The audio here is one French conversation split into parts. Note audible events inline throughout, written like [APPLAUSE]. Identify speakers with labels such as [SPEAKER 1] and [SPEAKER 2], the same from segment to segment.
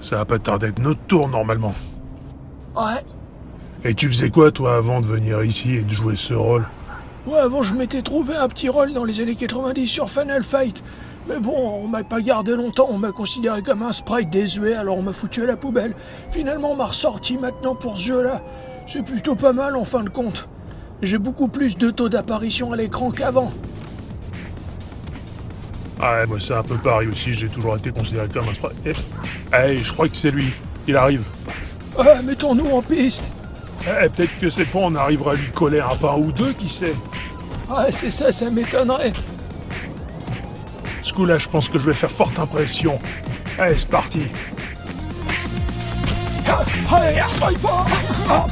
[SPEAKER 1] Ça va pas tarder à être notre tour normalement.
[SPEAKER 2] Ouais.
[SPEAKER 1] Et tu faisais quoi toi avant de venir ici et de jouer ce rôle
[SPEAKER 2] Ouais, avant, je m'étais trouvé un petit rôle dans les années 90 sur Final Fight. Mais bon, on m'a pas gardé longtemps, on m'a considéré comme un sprite désuet, alors on m'a foutu à la poubelle. Finalement, on m'a ressorti maintenant pour ce jeu-là. C'est plutôt pas mal en fin de compte. J'ai beaucoup plus de taux d'apparition à l'écran qu'avant.
[SPEAKER 1] Ah ouais, moi c'est un peu pareil aussi, j'ai toujours été considéré comme un sprite. Eh, eh, je crois que c'est lui. Il arrive.
[SPEAKER 2] Ouais, mettons-nous en piste.
[SPEAKER 1] Eh, peut-être que cette fois on arrivera à lui coller un pain ou deux, qui sait.
[SPEAKER 2] Ouais, c'est ça, ça m'étonnerait.
[SPEAKER 1] Ce coup-là, je pense que je vais faire forte impression. Allez, c'est parti.
[SPEAKER 2] Ah, allez, sois pas. Ah,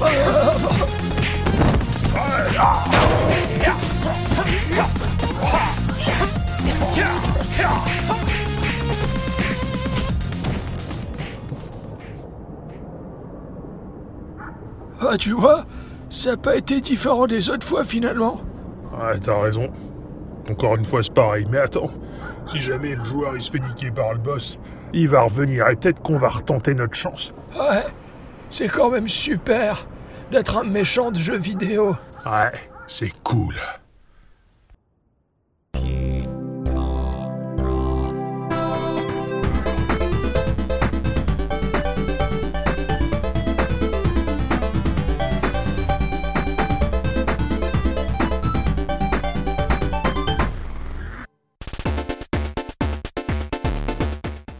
[SPEAKER 2] ah, euh, Ah, tu vois, ça n'a pas été différent des autres fois finalement.
[SPEAKER 1] Ouais, t'as raison. Encore une fois, c'est pareil. Mais attends, si jamais le joueur il se fait niquer par le boss, il va revenir et peut-être qu'on va retenter notre chance.
[SPEAKER 2] Ouais, c'est quand même super d'être un méchant de jeu vidéo.
[SPEAKER 1] Ouais, c'est cool.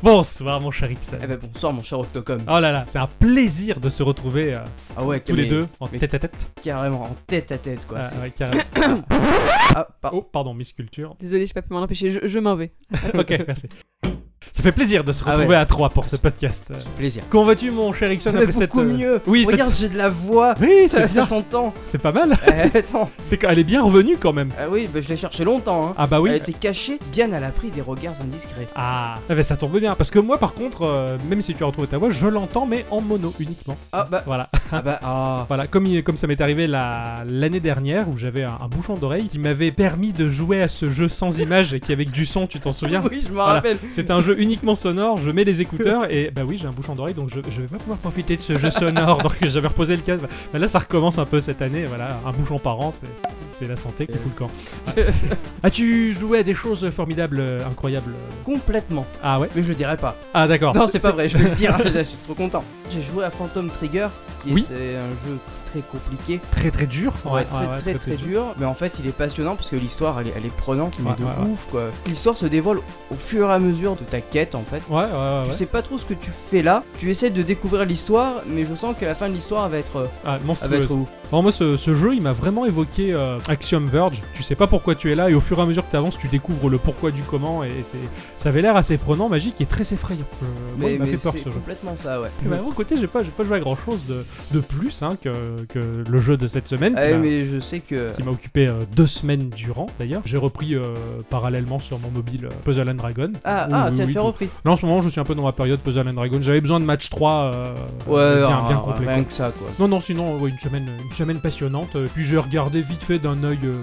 [SPEAKER 3] Bonsoir mon cher Ixon.
[SPEAKER 4] Eh ben bonsoir mon cher Octocom.
[SPEAKER 3] Oh là là, c'est un plaisir de se retrouver euh,
[SPEAKER 4] Ah ouais,
[SPEAKER 3] tous les
[SPEAKER 4] mais-
[SPEAKER 3] deux en
[SPEAKER 4] mais-
[SPEAKER 3] tête à tête. Euh,
[SPEAKER 4] Carrément en tête à tête quoi. c'est- [COUGHS] Ah, par-
[SPEAKER 3] Oh pardon, Miss Culture.
[SPEAKER 5] Désolé, j'ai pas pu m'en empêcher, je, je m'en vais.
[SPEAKER 3] Ok, merci. Ça fait plaisir de se
[SPEAKER 4] Ah ouais.
[SPEAKER 3] retrouver à trois pour ce podcast. Euh,
[SPEAKER 4] c'est un plaisir.
[SPEAKER 3] Comment vas-tu mon cher Ixon
[SPEAKER 4] Mais
[SPEAKER 3] après
[SPEAKER 4] beaucoup
[SPEAKER 3] cette... euh,
[SPEAKER 4] mieux.
[SPEAKER 3] Oui, cette-
[SPEAKER 4] Regarde, j'ai de la voix.
[SPEAKER 3] Oui, [LAUGHS] c'est
[SPEAKER 4] Ça, ça
[SPEAKER 3] bien.
[SPEAKER 4] s'entend. [LAUGHS]
[SPEAKER 3] C'est pas mal.
[SPEAKER 4] Eh, attends.
[SPEAKER 3] C'est qu'elle est bien revenue quand même.
[SPEAKER 4] Ah oui, bah, je l'ai cherché longtemps. Hein.
[SPEAKER 3] Ah bah oui.
[SPEAKER 4] Elle était cachée bien à l'abri des regards indiscrets.
[SPEAKER 3] Ah, ah bah, ça tombe bien. Parce que moi par contre, euh, même si tu as retrouvé ta voix, je l'entends mais en mono uniquement.
[SPEAKER 4] Ah
[SPEAKER 3] [LAUGHS]
[SPEAKER 4] bah,
[SPEAKER 3] Voilà.
[SPEAKER 4] ah bah, ah.
[SPEAKER 3] Voilà, comme, il- comme ça m'est arrivé la- l'année dernière où j'avais un, un bouchon d'oreille qui m'avait permis de jouer à ce jeu sans image et qui avec du son, tu t'en souviens
[SPEAKER 4] Oui, je m'en
[SPEAKER 3] Voilà.
[SPEAKER 4] rappelle.
[SPEAKER 3] C'est un jeu uniquement sonore, je mets les écouteurs et bah oui j'ai un bouchon d'oreille donc je, je vais pas pouvoir profiter de ce jeu sonore donc j'avais reposé le casque. Bah là ça recommence un peu cette année, voilà, un bouchon par an c'est, c'est la santé qui fout
[SPEAKER 4] [LAUGHS]
[SPEAKER 3] le camp. Ah tu jouais à des choses formidables, euh, incroyables euh.
[SPEAKER 4] Complètement.
[SPEAKER 3] Ah ouais
[SPEAKER 4] Mais je le dirai pas.
[SPEAKER 3] Ah d'accord.
[SPEAKER 4] non, c'est pas vrai, je vais
[SPEAKER 3] [LAUGHS]
[SPEAKER 4] le dire. je suis trop content. J'ai joué à Phantom Trigger, qui
[SPEAKER 3] Oui.
[SPEAKER 4] était un jeu très compliqué.
[SPEAKER 3] Très très dur.
[SPEAKER 4] Ouais, très, très, très, dur. Mais en fait, il est passionnant parce que l'histoire, elle, est- elle est prenante, mais
[SPEAKER 3] Ouais,
[SPEAKER 4] de
[SPEAKER 3] ouais,
[SPEAKER 4] ouf, quoi. L'histoire se dévoile au fur et à mesure de ta quête, en fait.
[SPEAKER 3] Ouais, ouais, ouais.
[SPEAKER 4] Tu
[SPEAKER 3] Ah ouais.
[SPEAKER 4] sais pas trop ce que tu fais là. Tu essaies de découvrir l'histoire, mais je sens que la fin de l'histoire elle va être, euh,
[SPEAKER 3] Ah,
[SPEAKER 4] elle va
[SPEAKER 3] monstrueuse.
[SPEAKER 4] être ouf.
[SPEAKER 3] Alors moi ce, ce jeu il m'a vraiment évoqué euh, Axiom Verge, tu sais pas pourquoi tu es là et au fur et à mesure que tu avances tu découvres le pourquoi du comment et c'est ça avait l'air assez prenant, magique et très effrayant. Euh, moi, il m'a fait peur
[SPEAKER 4] c'est
[SPEAKER 3] ce jeu.
[SPEAKER 4] complètement ça, ouais.
[SPEAKER 3] Mais vraiment côté j'ai pas, j'ai pas joué à grand chose de, de plus hein, que, que le jeu de cette semaine. qui
[SPEAKER 4] Ouais,
[SPEAKER 3] m'a-
[SPEAKER 4] Eh, mais je sais que.
[SPEAKER 3] qui m'a occupé euh, deux semaines durant d'ailleurs. J'ai repris euh, parallèlement sur mon mobile euh, Puzzle and Dragon.
[SPEAKER 4] Ah,
[SPEAKER 3] Oui,
[SPEAKER 4] ah,
[SPEAKER 3] oui,
[SPEAKER 4] tiens,
[SPEAKER 3] oui,
[SPEAKER 4] tu as
[SPEAKER 3] tout.
[SPEAKER 4] repris.
[SPEAKER 3] Là en ce moment je suis un peu dans ma période Puzzle and Dragon. J'avais besoin de match 3 euh, bien,
[SPEAKER 4] ah,
[SPEAKER 3] bien
[SPEAKER 4] ah,
[SPEAKER 3] complet. quoi.
[SPEAKER 4] rien que ça, quoi.
[SPEAKER 3] Non, non, sinon, ouais, une, semaine, une semaine passionnante. Euh, Puis j'ai regardé vite fait d'un œil euh,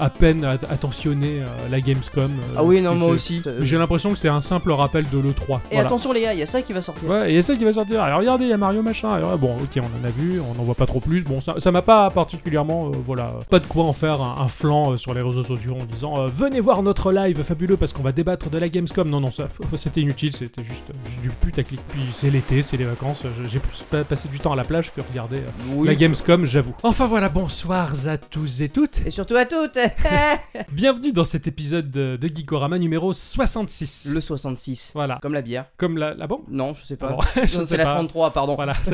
[SPEAKER 3] à peine at- attentionné euh, la Gamescom. euh,
[SPEAKER 4] Ah oui,
[SPEAKER 3] parce
[SPEAKER 4] non,
[SPEAKER 3] que
[SPEAKER 4] moi
[SPEAKER 3] c'est-
[SPEAKER 4] aussi. Euh,
[SPEAKER 3] J'ai l'impression que c'est un simple rappel de l'E3.
[SPEAKER 4] Et
[SPEAKER 3] voilà.
[SPEAKER 4] attention, les gars, il y a ça qui va sortir.
[SPEAKER 3] Ouais, et il y a ça qui va sortir. Alors regardez, il y a Mario machin. Alors, bon, ok, on en a vu, on n'en voit pas trop plus. Bon, ça ça m'a pas particulièrement, euh, voilà, euh, pas de quoi en faire un, un flanc euh, sur les réseaux sociaux en disant euh, venez voir notre live fabuleux parce qu'on va débattre de la Gamescom. Non, non, ça, c'était inutile, c'était juste, juste du putaclic. Puis c'est l'été, c'est les vacances. je- J'ai plus pas passé du temps à la plage que regarder. euh,
[SPEAKER 4] Oui.
[SPEAKER 3] la Gamescom, j'avoue. Enfin voilà, bonsoir à tous et
[SPEAKER 4] [LAUGHS]
[SPEAKER 3] toutes.
[SPEAKER 4] Et surtout à toutes
[SPEAKER 3] Bienvenue dans cet épisode de, de Geekorama numéro 66.
[SPEAKER 4] Le 66.
[SPEAKER 3] Voilà,
[SPEAKER 4] Comme la bière.
[SPEAKER 3] comme la, la bombe
[SPEAKER 4] Non, je sais
[SPEAKER 3] Ah
[SPEAKER 4] pas.
[SPEAKER 3] bon, [LAUGHS]
[SPEAKER 4] Non,
[SPEAKER 3] je sais
[SPEAKER 4] c'est la
[SPEAKER 3] pas.
[SPEAKER 4] 33, pardon.
[SPEAKER 3] Voilà,
[SPEAKER 4] [LAUGHS]
[SPEAKER 3] c'est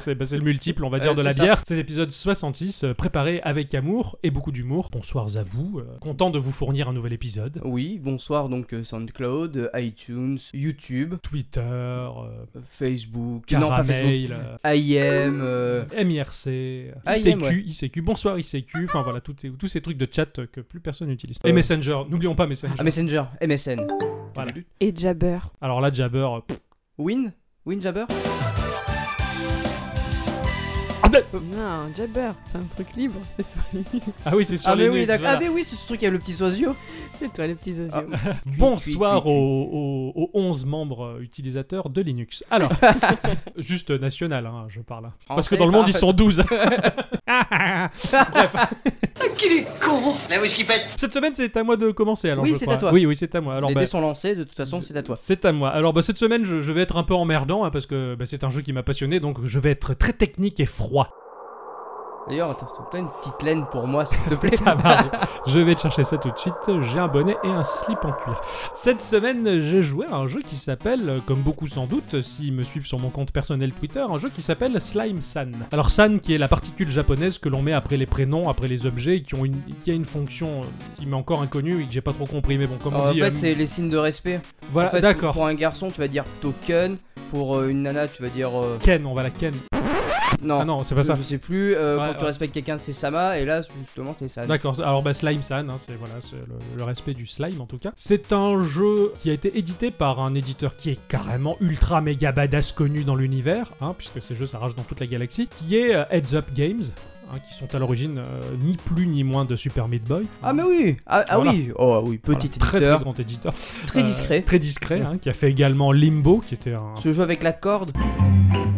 [SPEAKER 3] c'est- bah, c'est le multiple, on va dire,
[SPEAKER 4] Ouais,
[SPEAKER 3] de la
[SPEAKER 4] c'est ça.
[SPEAKER 3] bière. C'est l'épisode 66, euh, préparé avec amour et beaucoup d'humour. Bonsoir à vous, euh, content de vous fournir un nouvel épisode.
[SPEAKER 4] Oui, bonsoir donc euh, SoundCloud, euh, iTunes, YouTube,
[SPEAKER 3] Twitter, euh,
[SPEAKER 4] euh, Facebook, non pas Facebook,
[SPEAKER 3] Caramel,
[SPEAKER 4] IM, euh,
[SPEAKER 3] euh, MIRC, euh,
[SPEAKER 4] Ah,
[SPEAKER 3] ICQ,
[SPEAKER 4] IM, ouais.
[SPEAKER 3] ICQ, bonsoir ICQ, enfin voilà, tous ces- tous ces trucs de chat euh, que plus personne n'utilise.
[SPEAKER 4] Euh.
[SPEAKER 3] Et Messenger, n'oublions pas Messenger.
[SPEAKER 4] ah, Messenger, MSN,
[SPEAKER 3] Voilà.
[SPEAKER 5] Et Jabber.
[SPEAKER 3] Alors là, Jabber, euh, pff,
[SPEAKER 4] Win, Winjabber.
[SPEAKER 3] Ah bordel
[SPEAKER 5] Non, Jabber, c'est un truc libre, [LAUGHS] c'est sur Linux.
[SPEAKER 3] Ah oui, c'est sur
[SPEAKER 4] Ah, mais
[SPEAKER 3] Linux,
[SPEAKER 4] oui, d'accord.
[SPEAKER 3] voilà. Ah,
[SPEAKER 4] Ah, mais oui, c'est ce truc avec le petit oiseau.
[SPEAKER 5] C'est toi les petits oiseaux.
[SPEAKER 4] Ah,
[SPEAKER 3] Bonsoir
[SPEAKER 4] Cui, cui, cui,
[SPEAKER 3] aux, aux- aux 11 membres euh, utilisateurs de Linux.
[SPEAKER 4] [LAUGHS]
[SPEAKER 3] Alors, juste euh, national, hein, je parle. hein. Parce que
[SPEAKER 4] Français,
[SPEAKER 3] dans le monde,
[SPEAKER 4] bah,
[SPEAKER 3] ils sont
[SPEAKER 4] [LAUGHS]
[SPEAKER 3] 12. Ah, ah, ah.
[SPEAKER 6] La whisky pète
[SPEAKER 3] cette semaine, c'est à moi de commencer. Alors,
[SPEAKER 4] Oui,
[SPEAKER 3] je
[SPEAKER 4] c'est
[SPEAKER 3] crois.
[SPEAKER 4] à toi.
[SPEAKER 3] Oui, oui, c'est à moi. Alors,
[SPEAKER 4] Les
[SPEAKER 3] bah,
[SPEAKER 4] dés sont lancés, de toute façon, c'est à toi.
[SPEAKER 3] C'est à moi. Alors bah, cette semaine, je, je vais être un peu emmerdant hein, parce que bah, c'est un jeu qui m'a passionné, donc je vais être très technique et froid.
[SPEAKER 4] D'ailleurs, attends, t'as une petite laine pour moi, s'il te plaît.
[SPEAKER 3] [LAUGHS] Ça marche. je vais te chercher ça tout de suite. J'ai un bonnet et un slip en cuir. Cette semaine, j'ai joué à un jeu qui s'appelle, euh, comme beaucoup sans doute, s'ils me suivent sur mon compte personnel Twitter, un jeu qui s'appelle Slime San. Alors San, qui est la particule japonaise que l'on met après les prénoms, après les objets, et qui ont une, qui a une fonction euh, qui m'est encore inconnue et que j'ai pas trop compris. Mais bon, comme
[SPEAKER 4] Alors,
[SPEAKER 3] on
[SPEAKER 4] en
[SPEAKER 3] dit,
[SPEAKER 4] fait,
[SPEAKER 3] euh,
[SPEAKER 4] c'est les signes de respect.
[SPEAKER 3] voilà,
[SPEAKER 4] En fait,
[SPEAKER 3] d'accord.
[SPEAKER 4] Pour un garçon, tu vas dire token. Pour euh, une nana, tu vas dire. euh,
[SPEAKER 3] Ken, on va la Ken.
[SPEAKER 4] Non,
[SPEAKER 3] Ah non, c'est pas
[SPEAKER 4] je-
[SPEAKER 3] ça.
[SPEAKER 4] je sais plus. euh,
[SPEAKER 3] Ouais,
[SPEAKER 4] quand tu
[SPEAKER 3] ouais.
[SPEAKER 4] respectes quelqu'un, c'est Sama. Et là, justement, c'est San.
[SPEAKER 3] D'accord, alors bah, Slime San, hein, c'est voilà, c'est le, le respect du slime en tout cas. C'est un jeu qui a été édité par un éditeur qui est carrément ultra méga badass connu dans l'univers, hein, puisque ces jeux s'arrachent dans toute la galaxie, qui est euh, Heads Up Games, hein, qui sont à l'origine euh, ni plus ni moins de Super Meat Boy.
[SPEAKER 4] Ah, mais oui Ah, ah
[SPEAKER 3] Voilà.
[SPEAKER 4] oui Oh, oui,
[SPEAKER 3] Voilà,
[SPEAKER 4] petit
[SPEAKER 3] très, très
[SPEAKER 4] éditeur.
[SPEAKER 3] grand éditeur.
[SPEAKER 4] Très,
[SPEAKER 3] Euh,
[SPEAKER 4] discret.
[SPEAKER 3] Très discret, hein, qui a fait également Limbo, qui était un
[SPEAKER 4] Ce jeu avec la corde.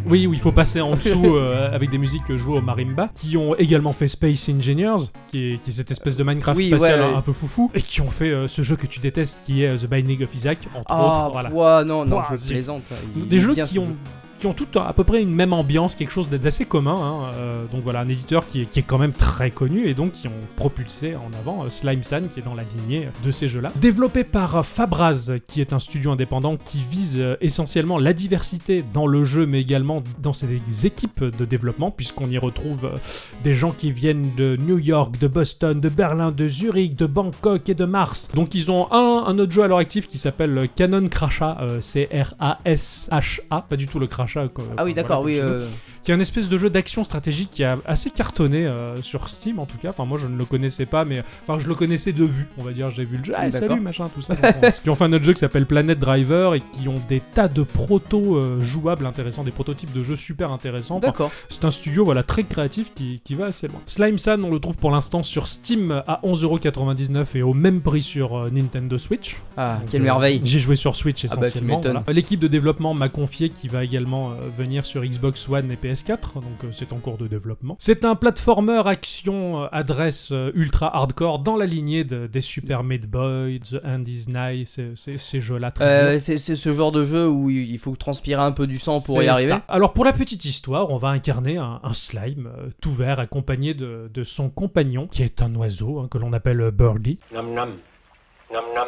[SPEAKER 3] Oui, où il faut passer en
[SPEAKER 4] [LAUGHS]
[SPEAKER 3] dessous euh, avec des musiques jouées au marimba, qui ont également fait Space Engineers, qui est, qui est cette espèce de Minecraft
[SPEAKER 4] Oui,
[SPEAKER 3] spatial
[SPEAKER 4] ouais,
[SPEAKER 3] un-
[SPEAKER 4] ouais.
[SPEAKER 3] un peu foufou, et qui ont fait euh, ce jeu que tu détestes, qui est euh, The Binding of Isaac, entre
[SPEAKER 4] Ah,
[SPEAKER 3] autres. Voilà.
[SPEAKER 4] ouah, non, non,
[SPEAKER 3] Ouah,
[SPEAKER 4] je
[SPEAKER 3] c'est-
[SPEAKER 4] plaisante. Il
[SPEAKER 3] Des
[SPEAKER 4] est
[SPEAKER 3] jeux
[SPEAKER 4] bien,
[SPEAKER 3] qui
[SPEAKER 4] ce
[SPEAKER 3] ont
[SPEAKER 4] jeu.
[SPEAKER 3] qui ont toutes à peu près une même ambiance, quelque chose d'assez commun. hein, euh, donc voilà, un éditeur qui est, qui est quand même très connu et donc qui ont propulsé en avant euh, Slime San, qui est dans la lignée euh, de ces jeux-là. Développé par euh, Fabraz, qui est un studio indépendant qui vise euh, essentiellement la diversité dans le jeu, mais également dans ses équipes de développement, puisqu'on y retrouve euh, des gens qui viennent de New York, de Boston, de Berlin, de Zurich, de Bangkok et de Mars. Donc ils ont un, un autre jeu à leur actif qui s'appelle euh, Canon Crasha, euh, C-R-A-S-H-A, pas du tout le Crasha. que-
[SPEAKER 4] Ah, oui,
[SPEAKER 3] voilà,
[SPEAKER 4] d'accord,
[SPEAKER 3] comme
[SPEAKER 4] oui.
[SPEAKER 3] chez nous.
[SPEAKER 4] euh,
[SPEAKER 3] Qui est un espèce de jeu d'action stratégique qui a assez cartonné euh, sur Steam en tout cas. Enfin moi je ne le connaissais pas, mais enfin je le connaissais de vue. On va dire j'ai vu le jeu. Ah,
[SPEAKER 4] D'accord.
[SPEAKER 3] salut machin tout ça. Donc, on-
[SPEAKER 4] [LAUGHS]
[SPEAKER 3] qui ont fait un autre jeu qui s'appelle Planet Driver et qui ont des tas de proto euh, jouables intéressants, des prototypes de jeux super intéressants. Enfin, [LAUGHS]
[SPEAKER 4] D'accord.
[SPEAKER 3] c'est un studio voilà, très créatif qui, qui va assez loin. Slime San, on le trouve pour l'instant sur Steam à 11,99€ et au même prix sur euh, Nintendo Switch.
[SPEAKER 4] Ah,
[SPEAKER 3] Donc,
[SPEAKER 4] quelle
[SPEAKER 3] euh,
[SPEAKER 4] merveille.
[SPEAKER 3] J'ai joué sur Switch
[SPEAKER 4] Ah bah, tu
[SPEAKER 3] essentiellement.
[SPEAKER 4] m'étonnes.
[SPEAKER 3] voilà. L'équipe de développement m'a confié qu'il va également euh, venir sur Xbox One et PS4, donc euh, c'est en cours de développement. C'est un platformer action euh, adresse euh, ultra hardcore dans la lignée de- des Super Meat Boy, The End Is Nigh, ces- ces ces jeux-là très durs.
[SPEAKER 4] Euh, c'est c'est ce genre de jeu où il faut transpirer un peu du sang pour y
[SPEAKER 3] C'est
[SPEAKER 4] arriver.
[SPEAKER 3] ça. Alors pour la petite histoire, on va incarner un, un slime euh, tout vert accompagné de, de son compagnon, qui est un oiseau hein, que l'on appelle euh, Birdie.
[SPEAKER 7] Nom nom. Nom nom.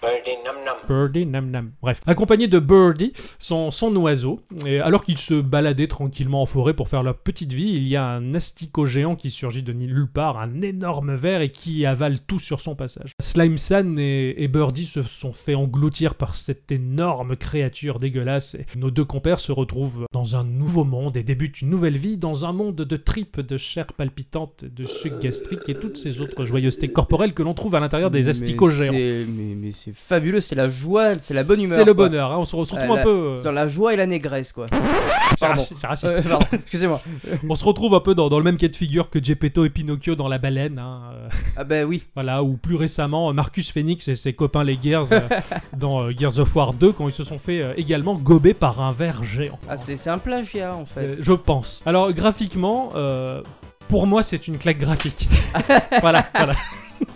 [SPEAKER 7] Birdie nom nom.
[SPEAKER 3] Birdie, nam nam. Bref, accompagné de Birdie, son, son oiseau. Et alors qu'il se baladait tranquillement en forêt pour faire leur petite vie, il y a un asticot géant qui surgit de nulle part, un énorme ver et qui avale tout sur son passage. Slime San et, et Birdie se sont fait engloutir par cette énorme créature dégueulasse. Et nos deux compères se retrouvent dans un nouveau monde et débutent une nouvelle vie dans un monde de tripes, de chair palpitante, de suc gastrique et toutes ces autres joyeusetés corporelles que l'on trouve à l'intérieur des
[SPEAKER 4] Mais
[SPEAKER 3] asticots
[SPEAKER 4] c'est-
[SPEAKER 3] géants.
[SPEAKER 4] Mais, mais c'est fabuleux, c'est la joie, c'est la bonne humeur.
[SPEAKER 3] C'est le
[SPEAKER 4] quoi.
[SPEAKER 3] bonheur. hein, on se re- se retrouve
[SPEAKER 4] Euh,
[SPEAKER 3] un
[SPEAKER 4] la-
[SPEAKER 3] peu. euh,
[SPEAKER 4] Dans la joie et la négresse, quoi.
[SPEAKER 3] c'est
[SPEAKER 4] Pardon.
[SPEAKER 3] raci- c'est raciste.
[SPEAKER 4] Euh, pardon, [LAUGHS] excusez-moi.
[SPEAKER 3] On se retrouve un peu dans, dans le même cas de figure que Geppetto et Pinocchio dans La Baleine. hein, euh,
[SPEAKER 4] Ah bah oui.
[SPEAKER 3] voilà, ou plus récemment euh, Marcus Phoenix et ses copains les Gears
[SPEAKER 4] [LAUGHS]
[SPEAKER 3] euh, dans euh, Gears of War 2 quand ils se sont fait euh, également gober par un ver géant.
[SPEAKER 4] Ah, c'est c'est un plagiat en fait.
[SPEAKER 3] C'est- Je pense. Alors graphiquement, euh, pour moi, c'est une claque graphique. [LAUGHS] voilà, voilà. [LAUGHS]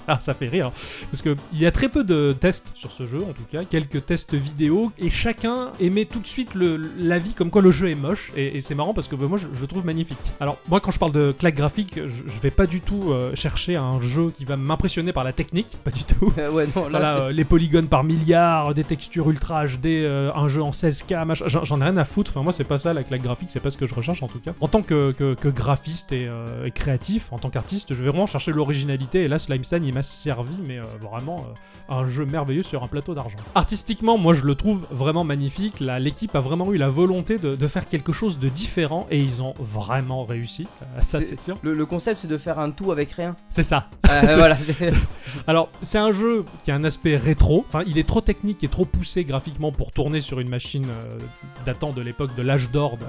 [SPEAKER 3] Ah, ça fait rire. Parce qu'il y a très peu de tests sur ce jeu, en tout cas, quelques tests vidéo, et chacun émet tout de suite le- l'avis comme quoi le jeu est moche, et, et c'est marrant parce que bah, moi je, je le trouve magnifique. Alors, moi quand je parle de claque graphique, je, je vais pas du tout euh, chercher un jeu qui va m'impressionner par la technique, pas du tout.
[SPEAKER 4] [LAUGHS] Euh, ouais, non, là,
[SPEAKER 3] Voilà,
[SPEAKER 4] c'est-
[SPEAKER 3] euh, les polygones par milliards, des textures ultra HD, euh, un jeu en 16K, machin. J'en j'en ai rien à foutre. Enfin, moi, c'est pas ça la claque graphique, c'est pas ce que je recherche en tout cas. En tant que, que- que graphiste et, euh, et créatif, en tant qu'artiste, je vais vraiment chercher l'originalité. Et là, Slimestone, il m'a servi, mais euh, vraiment euh, un jeu merveilleux sur un plateau d'argent. Artistiquement, moi, je le trouve vraiment magnifique. Là, L'équipe a vraiment eu la volonté de, de faire quelque chose de différent et ils ont vraiment réussi. Euh, ça,
[SPEAKER 4] C'est-
[SPEAKER 3] c'est sûr.
[SPEAKER 4] le, le concept c'est de faire un tout
[SPEAKER 3] [LAUGHS]
[SPEAKER 4] avec rien.
[SPEAKER 3] C'est ça.
[SPEAKER 4] Ah,
[SPEAKER 3] C'est-
[SPEAKER 4] voilà. c'est-
[SPEAKER 3] Alors, c'est un jeu qui a un aspect rétro. Enfin, il est trop technique et trop poussé graphiquement pour tourner sur une machine euh, datant de l'époque de l'âge d'or de-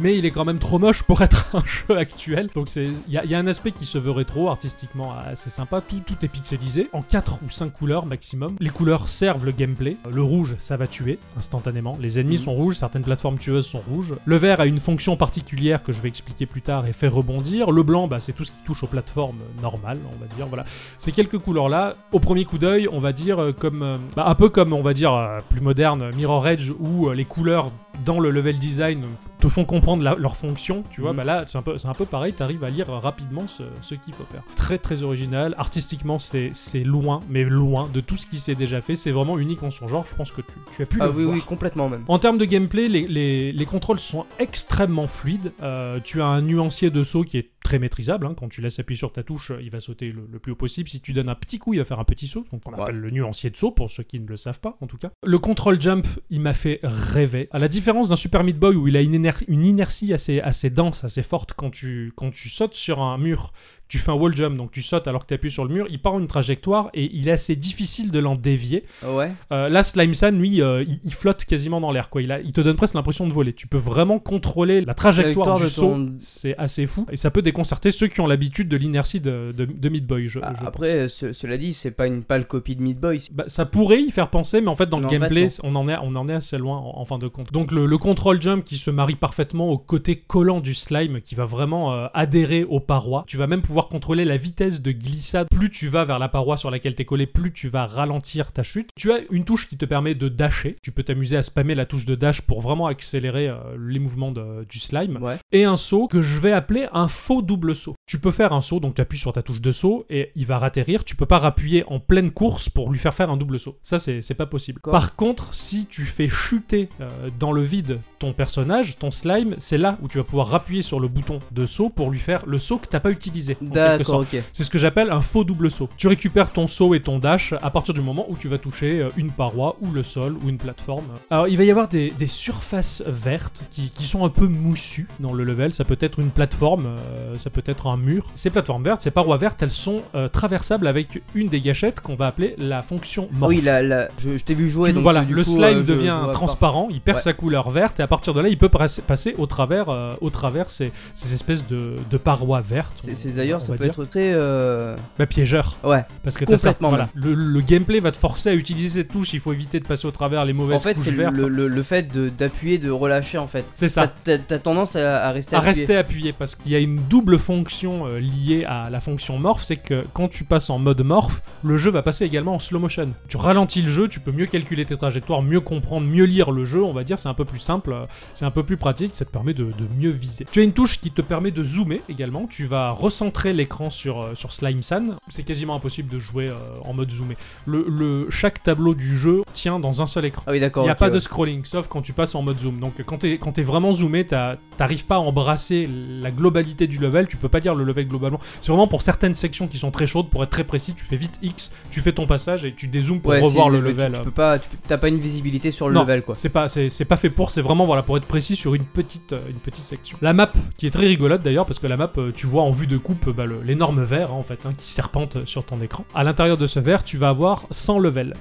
[SPEAKER 3] mais il est quand même trop moche pour être [LAUGHS] un jeu actuel. Donc c'est- il y, a- il y a un aspect qui se veut rétro, artistiquement assez sympa. Tout, tout est pixelisé en 4 ou 5 couleurs maximum. Les couleurs servent le gameplay. Euh, Le rouge, ça va tuer instantanément. Les ennemis sont rouges, certaines plateformes tueuses sont rouges. Le vert a une fonction particulière que je vais expliquer plus tard et fait rebondir. Le blanc, bah, c'est tout ce qui touche aux plateformes normales, on va dire. Voilà. Ces quelques couleurs-là, au premier coup d'œil, on va dire euh, comme, euh, bah, un peu comme on va dire euh, plus moderne euh, Mirror Edge où euh, les couleurs dans le level design te font comprendre la- leur fonction. Tu vois,
[SPEAKER 4] Mhm.
[SPEAKER 3] bah là c'est un peu, c'est un peu pareil. T'arrives à lire rapidement ce, ce qu'il faut faire. Très très original. Artistiquement c'est, c'est loin, mais loin de tout ce qui s'est déjà fait. C'est vraiment unique en son genre. Je pense que tu, tu as pu
[SPEAKER 4] [LAUGHS] Ah
[SPEAKER 3] le
[SPEAKER 4] oui,
[SPEAKER 3] voir.
[SPEAKER 4] oui, complètement même.
[SPEAKER 3] En termes de gameplay, les, les- les contrôles sont extrêmement fluides. Euh, tu as un nuancier de saut qui est très maîtrisable. hein. Quand tu laisses appuyer sur ta touche, euh, il va sauter le, le plus haut possible. Si tu donnes un petit coup, il va faire un petit saut. Donc on
[SPEAKER 4] Ouais.
[SPEAKER 3] appelle le nuancier de saut pour ceux qui ne le savent pas, en tout cas. Le contrôle jump, il m'a fait rêver. À la différence d'un Super Meat Boy où il a une, éner- une inertie assez, assez dense, assez forte quand tu, quand tu sautes sur un mur. Tu fais un wall jump, donc tu sautes alors que tu appuies sur le mur, il part en une trajectoire et il est assez difficile de l'en dévier.
[SPEAKER 4] Ouais.
[SPEAKER 3] Euh, là, Slime San, lui, euh, il, il flotte quasiment dans l'air. Quoi. Il, a- il te donne presque l'impression de voler. Tu peux vraiment contrôler la trajectoire
[SPEAKER 4] Trajectoire
[SPEAKER 3] du
[SPEAKER 4] de
[SPEAKER 3] saut.
[SPEAKER 4] ton-
[SPEAKER 3] C'est assez fou. Et ça peut déconcerter ceux qui ont l'habitude de l'inertie de, de, de Meat Boy. je-
[SPEAKER 4] Ah,
[SPEAKER 3] je pense.
[SPEAKER 4] Après, ce- cela dit, c'est pas une pâle copie de Meat Boy.
[SPEAKER 3] Bah, ça pourrait y faire penser, mais en fait, dans
[SPEAKER 4] Mais
[SPEAKER 3] le
[SPEAKER 4] en fait,
[SPEAKER 3] gameplay,
[SPEAKER 4] non.
[SPEAKER 3] on, en est, on en est assez loin en, en fin de compte. Donc, le, le control jump qui se marie parfaitement au côté collant du slime, qui va vraiment euh, adhérer aux parois. Tu vas même pouvoir contrôler la vitesse de glissade. Plus tu vas vers la paroi sur laquelle t'es collé, plus tu vas ralentir ta chute. Tu as une touche qui te permet de dasher. Tu peux t'amuser à spammer la touche de dash pour vraiment accélérer euh, les mouvements de- du slime
[SPEAKER 4] Ouais.
[SPEAKER 3] et un saut que je vais appeler un faux double saut. Tu peux faire un saut, donc tu appuies sur ta touche de saut et il va ratterrir. Tu peux pas rappuyer en pleine course pour lui faire faire un double saut. Ça, c'est c'est pas possible.
[SPEAKER 4] D'accord.
[SPEAKER 3] Par contre, si tu fais chuter euh, dans le vide ton personnage, ton slime, c'est là où tu vas pouvoir rappuyer sur le bouton de saut pour lui faire le saut que t'as pas utilisé. en quelque sorte.
[SPEAKER 4] D'accord, ok.
[SPEAKER 3] C'est ce que j'appelle un faux double saut. Tu récupères ton saut et ton dash à partir du moment où tu vas toucher euh, une paroi ou le sol ou une plateforme. Alors il va y avoir des, des surfaces vertes qui, qui sont un peu moussues dans le level. Ça peut être une plateforme, euh, ça peut être un mur. Ces plateformes vertes, ces parois vertes, elles sont euh, traversables avec une des gâchettes qu'on va appeler la fonction morph.
[SPEAKER 4] Oui, là, là, je, je t'ai vu jouer.
[SPEAKER 3] Tu-
[SPEAKER 4] donc,
[SPEAKER 3] voilà,
[SPEAKER 4] du
[SPEAKER 3] le
[SPEAKER 4] coup,
[SPEAKER 3] slime
[SPEAKER 4] euh, je-
[SPEAKER 3] devient
[SPEAKER 4] je vois pas.
[SPEAKER 3] transparent, il perd
[SPEAKER 4] Ouais.
[SPEAKER 3] sa couleur verte et à partir de là, il peut passer, passer au travers, euh, au travers ces, ces espèces de, de parois vertes.
[SPEAKER 4] C'est- C'est
[SPEAKER 3] on- on
[SPEAKER 4] d'ailleurs, ça
[SPEAKER 3] va
[SPEAKER 4] peut
[SPEAKER 3] dire.
[SPEAKER 4] être très. euh,
[SPEAKER 3] Bah, piégeur.
[SPEAKER 4] Ouais.
[SPEAKER 3] Parce que t'as ça,
[SPEAKER 4] Complètement,
[SPEAKER 3] voilà. le, le gameplay va te forcer à utiliser cette touche, il faut éviter de passer au travers les
[SPEAKER 4] En
[SPEAKER 3] mauvaises
[SPEAKER 4] fait,
[SPEAKER 3] couches
[SPEAKER 4] c'est
[SPEAKER 3] vertes.
[SPEAKER 4] le, le- le fait de- d'appuyer, de, relâcher en fait.
[SPEAKER 3] C'est
[SPEAKER 4] T'as
[SPEAKER 3] ça.
[SPEAKER 4] t'as- t'as tendance à, à rester
[SPEAKER 3] À
[SPEAKER 4] appuyé.
[SPEAKER 3] rester appuyé parce qu'il y a une double fonction euh, liée à la fonction morph, c'est que quand tu passes en mode morph, le jeu va passer également en slow motion. Tu ralentis le jeu, tu peux mieux calculer tes trajectoires, mieux comprendre, mieux lire le jeu, on va dire, c'est un peu plus simple, euh, c'est un peu plus pratique, ça te permet de, de mieux viser. Tu as une touche qui te permet de zoomer également, tu vas recentrer l'écran sur, euh, sur Slime San, c'est quasiment impossible de jouer euh, en mode zoomé. Le, le- chaque tableau du jeu tient dans un seul écran.
[SPEAKER 4] Ah oui, d'accord.
[SPEAKER 3] Il n'y a
[SPEAKER 4] ok,
[SPEAKER 3] pas de
[SPEAKER 4] ouais.
[SPEAKER 3] scrolling, sauf quand tu passes en mode zoom. Donc quand t'es quand es vraiment zoomé, t'as- t'arrives pas à embrasser la globalité du level, tu peux pas dire le level globalement. C'est vraiment pour certaines sections qui sont très chaudes, pour être très précis, tu fais vite X, tu fais ton passage et tu dézoomes pour
[SPEAKER 4] Ouais,
[SPEAKER 3] revoir
[SPEAKER 4] si,
[SPEAKER 3] le
[SPEAKER 4] tu-
[SPEAKER 3] level.
[SPEAKER 4] Tu, peux pas, tu peux- t'as pas une visibilité sur le
[SPEAKER 3] Non.
[SPEAKER 4] level quoi.
[SPEAKER 3] C'est pas, c'est c'est pas fait pour, c'est vraiment voilà, pour être précis sur une petite, euh, une petite section. La map, qui est très rigolote d'ailleurs, parce que la map, euh, tu vois en vue de coupe bah, le- l'énorme verre hein, en fait, hein, qui serpente sur ton écran. À l'intérieur de ce verre, tu vas avoir 100 levels.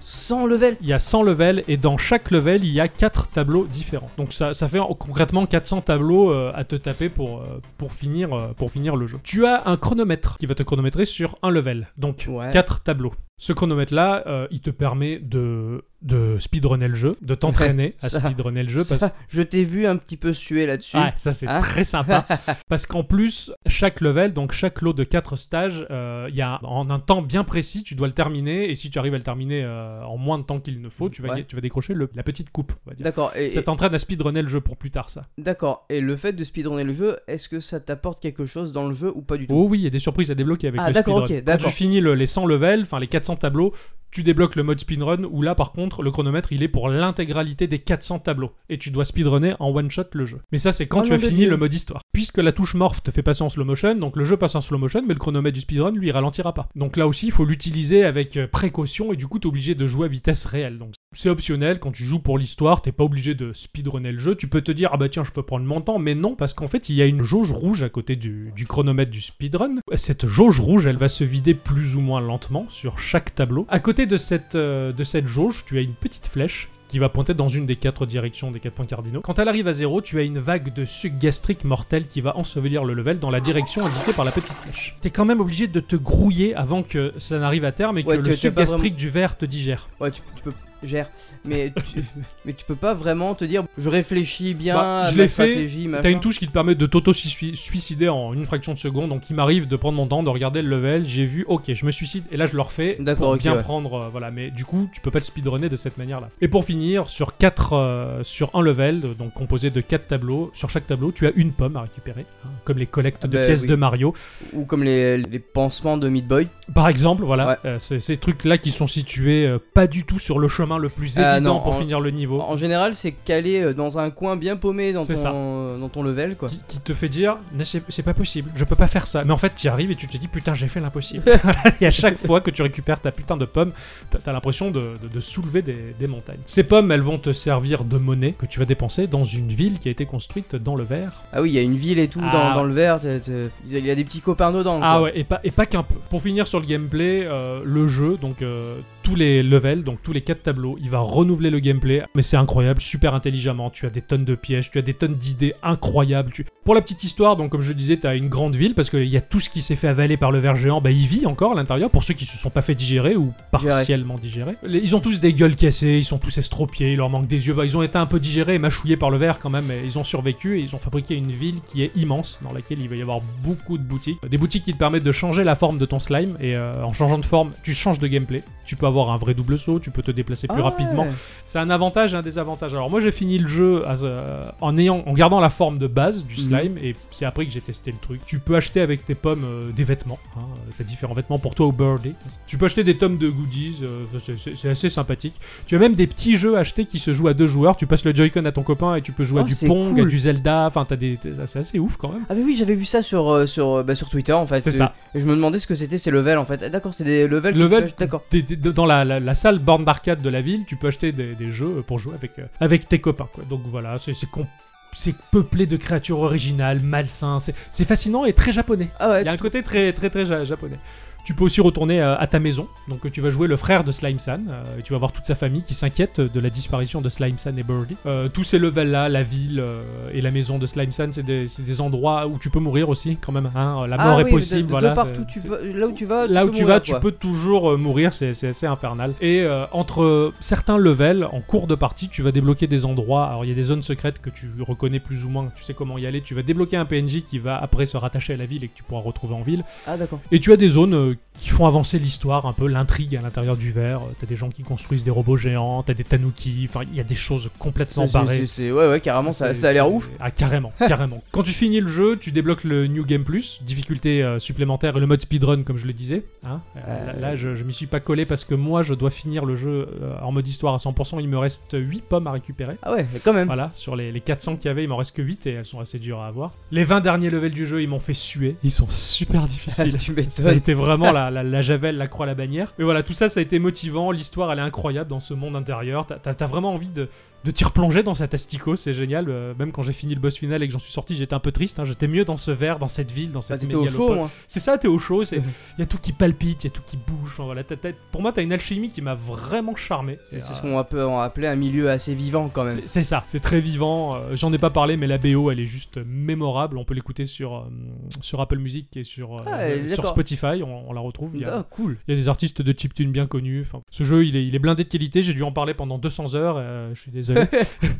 [SPEAKER 4] Sans level.
[SPEAKER 3] Il y a 100 levels et dans chaque level, il y a 4 tableaux différents. Donc ça, ça fait en- concrètement 400 tableaux euh, à te taper pour, euh, pour, finir, euh, pour finir le jeu. Tu as un chronomètre qui va te chronométrer sur un level. Donc
[SPEAKER 4] Ouais.
[SPEAKER 3] 4 tableaux. Ce chronomètre-là, euh, il te permet de, de speedrunner le jeu, de
[SPEAKER 4] [LAUGHS]
[SPEAKER 3] t'entraîner à
[SPEAKER 4] Ça-
[SPEAKER 3] speedrunner le jeu.
[SPEAKER 4] Ça,
[SPEAKER 3] parce que
[SPEAKER 4] je t'ai vu un petit peu suer là-dessus.
[SPEAKER 3] ah, ça c'est
[SPEAKER 4] Hein
[SPEAKER 3] très
[SPEAKER 4] [LAUGHS]
[SPEAKER 3] sympa. Parce qu'en plus, chaque level, donc chaque lot de 4 stages, euh, il y a en un temps bien précis, tu dois le terminer. Et si tu arrives à le terminer euh, en moins de temps qu'il ne faut, tu vas,
[SPEAKER 4] Ouais.
[SPEAKER 3] tu vas décrocher le- la petite coupe. On va dire.
[SPEAKER 4] D'accord. Et,
[SPEAKER 3] Ça t'entraîne à speedrunner le jeu pour plus tard, ça.
[SPEAKER 4] d'accord. Et le fait de speedrunner le jeu, est-ce que ça t'apporte quelque chose dans le jeu ou pas du tout
[SPEAKER 3] Oh oui, il y a des surprises à débloquer avec
[SPEAKER 4] Ah,
[SPEAKER 3] le
[SPEAKER 4] d'accord,
[SPEAKER 3] speedrun.
[SPEAKER 4] ok,
[SPEAKER 3] Quand tu
[SPEAKER 4] d'accord.
[SPEAKER 3] finis le- les 100 levels, enfin les 400 tableaux, tu débloques le mode speedrun où là par contre le chronomètre il est pour l'intégralité des 400 tableaux et tu dois speedrunner en one shot le jeu. Mais ça c'est quand
[SPEAKER 5] Oh,
[SPEAKER 3] tu
[SPEAKER 5] nom
[SPEAKER 3] as
[SPEAKER 5] de
[SPEAKER 3] fini
[SPEAKER 5] Dieu.
[SPEAKER 3] le mode histoire. Puisque la touche morph te fait passer en slow motion, donc le jeu passe en slow motion mais le chronomètre du speedrun lui il ralentira pas. Donc là aussi il faut l'utiliser avec euh, précaution et du coup t'es obligé de jouer à vitesse réelle. Donc c'est optionnel quand tu joues pour l'histoire, t'es pas obligé de speedrunner le jeu. Tu peux te dire ah bah tiens je peux prendre mon temps, mais non parce qu'en fait il y a une jauge rouge à côté du, du chronomètre du speedrun. Cette jauge rouge elle va se vider plus ou moins lentement sur chaque tableau. À côté de cette euh, de cette jauge tu as une petite flèche qui va pointer dans une des quatre directions des quatre points cardinaux. Quand elle arrive à zéro, tu as une vague de suc gastrique mortel qui va ensevelir le level dans la direction indiquée par la petite flèche. T'es quand même obligé de te grouiller avant que ça n'arrive à terme et que
[SPEAKER 4] Ouais, que
[SPEAKER 3] le
[SPEAKER 4] t'as
[SPEAKER 3] suc
[SPEAKER 4] pas
[SPEAKER 3] gastrique
[SPEAKER 4] vraiment-
[SPEAKER 3] du verre te digère.
[SPEAKER 4] Ouais, tu, tu peux. Gère. Mais tu, [LAUGHS] mais tu peux pas vraiment te dire, je réfléchis bien
[SPEAKER 3] Bah,
[SPEAKER 4] à
[SPEAKER 3] je l'ai
[SPEAKER 4] ma
[SPEAKER 3] fait,
[SPEAKER 4] stratégie, machin.
[SPEAKER 3] T'as une touche qui te permet de t'auto-suicider en une fraction de seconde, donc il m'arrive de prendre mon temps, de regarder le level, j'ai vu, ok, je me suicide, et là je le refais pour
[SPEAKER 4] D'accord, ok,
[SPEAKER 3] bien
[SPEAKER 4] ouais.
[SPEAKER 3] prendre, euh, voilà, mais du coup, tu peux pas le speedrunner de cette manière-là. Et pour finir, sur quatre, euh, sur un level, euh, donc composé de quatre tableaux, sur chaque tableau, tu as une pomme à récupérer, hein, comme les collectes
[SPEAKER 4] Ah
[SPEAKER 3] de
[SPEAKER 4] bah
[SPEAKER 3] pièces
[SPEAKER 4] oui.
[SPEAKER 3] de Mario.
[SPEAKER 4] Ou comme les, les pansements de Meat Boy.
[SPEAKER 3] Par exemple, voilà,
[SPEAKER 4] Ouais.
[SPEAKER 3] euh, c'est- ces trucs-là qui sont situés euh, pas du tout sur le chemin le plus évident
[SPEAKER 4] Ah, non,
[SPEAKER 3] pour
[SPEAKER 4] en-
[SPEAKER 3] finir le niveau.
[SPEAKER 4] En général, c'est calé euh, dans un coin bien paumé dans
[SPEAKER 3] Oh. C'est
[SPEAKER 4] ton,
[SPEAKER 3] ça.
[SPEAKER 4] dans ton level, quoi.
[SPEAKER 3] qui, qui te fait dire Non, c'est c'est pas possible, je peux pas faire ça. Mais en fait, tu arrives et tu te dis putain, j'ai fait l'impossible. [LAUGHS] et à chaque fois que tu récupères ta putain de pomme, t'as as, l'impression de, de- de soulever des, des montagnes. Ces pommes, elles vont te servir de monnaie que tu vas dépenser dans une ville qui a été construite dans le verre.
[SPEAKER 4] Ah oui, il y a une ville et tout
[SPEAKER 3] Ah
[SPEAKER 4] dans, dans
[SPEAKER 3] ouais.
[SPEAKER 4] le verre. t'as- t'as- Il y a des petits copains dedans.
[SPEAKER 3] Ah
[SPEAKER 4] quoi.
[SPEAKER 3] ouais, et pas, et pas qu'un peu. Pour finir sur le gameplay, euh, le jeu, donc euh, tous les levels, donc tous les quatre tableaux, il va renouveler le gameplay, mais c'est incroyable, super intelligemment. Tu as des tonnes de pièges, tu as des tonnes d'idées incroyables. tu- Pour la petite histoire, donc comme je le disais, tu as une grande ville parce qu'il y a tout ce qui s'est fait avaler par le ver géant, bah il vit encore à l'intérieur pour ceux qui se sont pas fait digérer ou partiellement digérer. Les- Ils ont tous des gueules cassées, ils sont tous estropiés, il leur manque des yeux, bah, ils ont été un peu digérés et mâchouillés par le verre quand même, mais ils ont survécu et ils ont fabriqué une ville qui est immense dans laquelle il va y avoir beaucoup de boutiques. Des boutiques qui te permettent de changer la forme de ton slime et euh, en changeant de forme, tu changes de gameplay. Tu peux avoir un vrai double saut, tu peux te déplacer plus
[SPEAKER 4] Ah
[SPEAKER 3] rapidement.
[SPEAKER 4] ouais.
[SPEAKER 3] C'est un avantage et un désavantage. Alors moi j'ai fini le jeu à- euh, en, ayant, en gardant la forme de base
[SPEAKER 4] Mhm.
[SPEAKER 3] du slime et c'est après que j'ai testé le truc. Tu peux acheter avec tes pommes euh, des vêtements. Hein, euh, T'as différents vêtements pour toi au birthday. Tu peux acheter des tomes de goodies. euh, c'est- c'est c'est assez sympathique. Tu as même des petits jeux achetés qui se jouent à deux joueurs. Tu passes le Joy-Con à ton copain et tu peux jouer à
[SPEAKER 4] Oh,
[SPEAKER 3] du
[SPEAKER 4] c'est
[SPEAKER 3] Pong, à
[SPEAKER 4] cool.
[SPEAKER 3] du Zelda. Enfin t'as des... t'as- C'est assez ouf quand même.
[SPEAKER 4] Ah mais oui, j'avais vu ça sur euh, sur euh, bah, sur Twitter en fait.
[SPEAKER 3] C'est
[SPEAKER 4] Euh,
[SPEAKER 3] ça.
[SPEAKER 4] et je me demandais ce que c'était ces levels en fait. Ah, D'accord, c'est des levels. que
[SPEAKER 3] Level
[SPEAKER 4] tu fais, D'accord.
[SPEAKER 3] T'es- t'es dans la, la- la salle borne d'arcade de la ville, tu peux acheter des, des jeux pour jouer avec, euh, avec tes copains. Quoi. Donc voilà, c'est c'est com- c'est peuplé de créatures originales, malsains, c'est c'est fascinant et très japonais.
[SPEAKER 4] Ah ouais.
[SPEAKER 3] Il y a un côté très très très ja- japonais. Tu peux aussi retourner euh, à ta maison, donc euh, tu vas jouer le frère de Slime San, euh, et tu vas voir toute sa famille qui s'inquiète euh, de la disparition de Slime San et Birdie. Euh, tous ces levels-là, la ville euh, et la maison de Slime San, c'est des, c'est des endroits où tu peux mourir aussi quand même. hein, La
[SPEAKER 4] Ah
[SPEAKER 3] mort est
[SPEAKER 4] oui, de-
[SPEAKER 3] possible,
[SPEAKER 4] de,
[SPEAKER 3] voilà.
[SPEAKER 4] De
[SPEAKER 3] c'est-
[SPEAKER 4] partout tu
[SPEAKER 3] c'est-
[SPEAKER 4] vas, là où tu vas.
[SPEAKER 3] Là où
[SPEAKER 4] peux
[SPEAKER 3] tu
[SPEAKER 4] mourir,
[SPEAKER 3] vas, tu
[SPEAKER 4] quoi.
[SPEAKER 3] peux toujours euh, mourir, c'est c'est assez infernal. Et euh, entre euh, certains levels, en cours de partie, tu vas débloquer des endroits. Alors il y a des zones secrètes que tu reconnais plus ou moins, tu sais comment y aller. Tu vas débloquer un PNJ qui va après se rattacher à la ville et que tu pourras retrouver en ville.
[SPEAKER 4] Ah d'accord.
[SPEAKER 3] Et tu as des zones euh, qui font avancer l'histoire, un peu l'intrigue à l'intérieur du verre. Euh, T'as des gens qui construisent des robots géants, t'as des tanuki, enfin il y a des choses complètement
[SPEAKER 4] C'est- c'est-
[SPEAKER 3] barrées.
[SPEAKER 4] c'est- c'est- Ouais ouais, carrément ça,
[SPEAKER 3] C'est-
[SPEAKER 4] ça a l'air
[SPEAKER 3] c'est-
[SPEAKER 4] ouf.
[SPEAKER 3] Ah,
[SPEAKER 4] [LAUGHS]
[SPEAKER 3] carrément, carrément. Quand tu finis le jeu, tu débloques le New Game Plus, difficulté euh, supplémentaire et le mode speedrun, comme je le disais. hein. Euh,
[SPEAKER 4] Euh,
[SPEAKER 3] Là, là, je, je m'y suis pas collé parce que moi, je dois finir le jeu euh, en mode histoire à 100%. Il me reste 8 pommes à récupérer.
[SPEAKER 4] Ah ouais, quand [LAUGHS] même.
[SPEAKER 3] Voilà, sur les, les 400 qu'il y avait, il m'en reste que 8 et elles sont assez dures à avoir. Les 20 derniers levels du jeu, ils m'ont fait suer. Ils sont super
[SPEAKER 4] [LAUGHS]
[SPEAKER 3] difficiles. Ça a
[SPEAKER 4] tu m'étonnes.
[SPEAKER 3] été vraiment la, la, la javel, la croix, la bannière. Mais voilà, tout ça, ça a été motivant. L'histoire, elle est incroyable dans ce monde intérieur. T'as- T'as t'as vraiment envie de, de t'y replonger dans cet asticot, c'est génial. Euh, même quand j'ai fini le boss final et que j'en suis sorti, j'étais un peu triste. hein. J'étais mieux dans ce verre, dans cette ville, dans
[SPEAKER 4] Bah,
[SPEAKER 3] cette
[SPEAKER 4] T'étais au chaud
[SPEAKER 3] mégalopole.
[SPEAKER 4] moi.
[SPEAKER 3] C'est ça, t'es au chaud.
[SPEAKER 4] [LAUGHS]
[SPEAKER 3] Il y a tout qui palpite, il y a tout qui bouge. Enfin, voilà, t'as- t'as- pour moi, t'as une alchimie qui m'a vraiment charmé.
[SPEAKER 4] C'est
[SPEAKER 3] Et,
[SPEAKER 4] c'est
[SPEAKER 3] euh,
[SPEAKER 4] ce qu'on appelle- on appelait un milieu assez vivant quand même.
[SPEAKER 3] c'est- C'est ça, c'est très vivant. Euh, J'en ai pas parlé, mais la BO, elle est juste mémorable. On peut l'écouter sur, euh, sur Apple Music et sur, euh,
[SPEAKER 4] Ah, elle est
[SPEAKER 3] sur
[SPEAKER 4] d'accord.
[SPEAKER 3] Spotify. On, on la retrouve. Il y a-
[SPEAKER 4] Ah
[SPEAKER 3] [LAUGHS]
[SPEAKER 4] cool.
[SPEAKER 3] il y a des artistes de chiptune bien connus. Enfin, ce jeu, il est, il est blindé de qualité. J'ai dû en parler pendant 200 heures. euh, je suis désolé.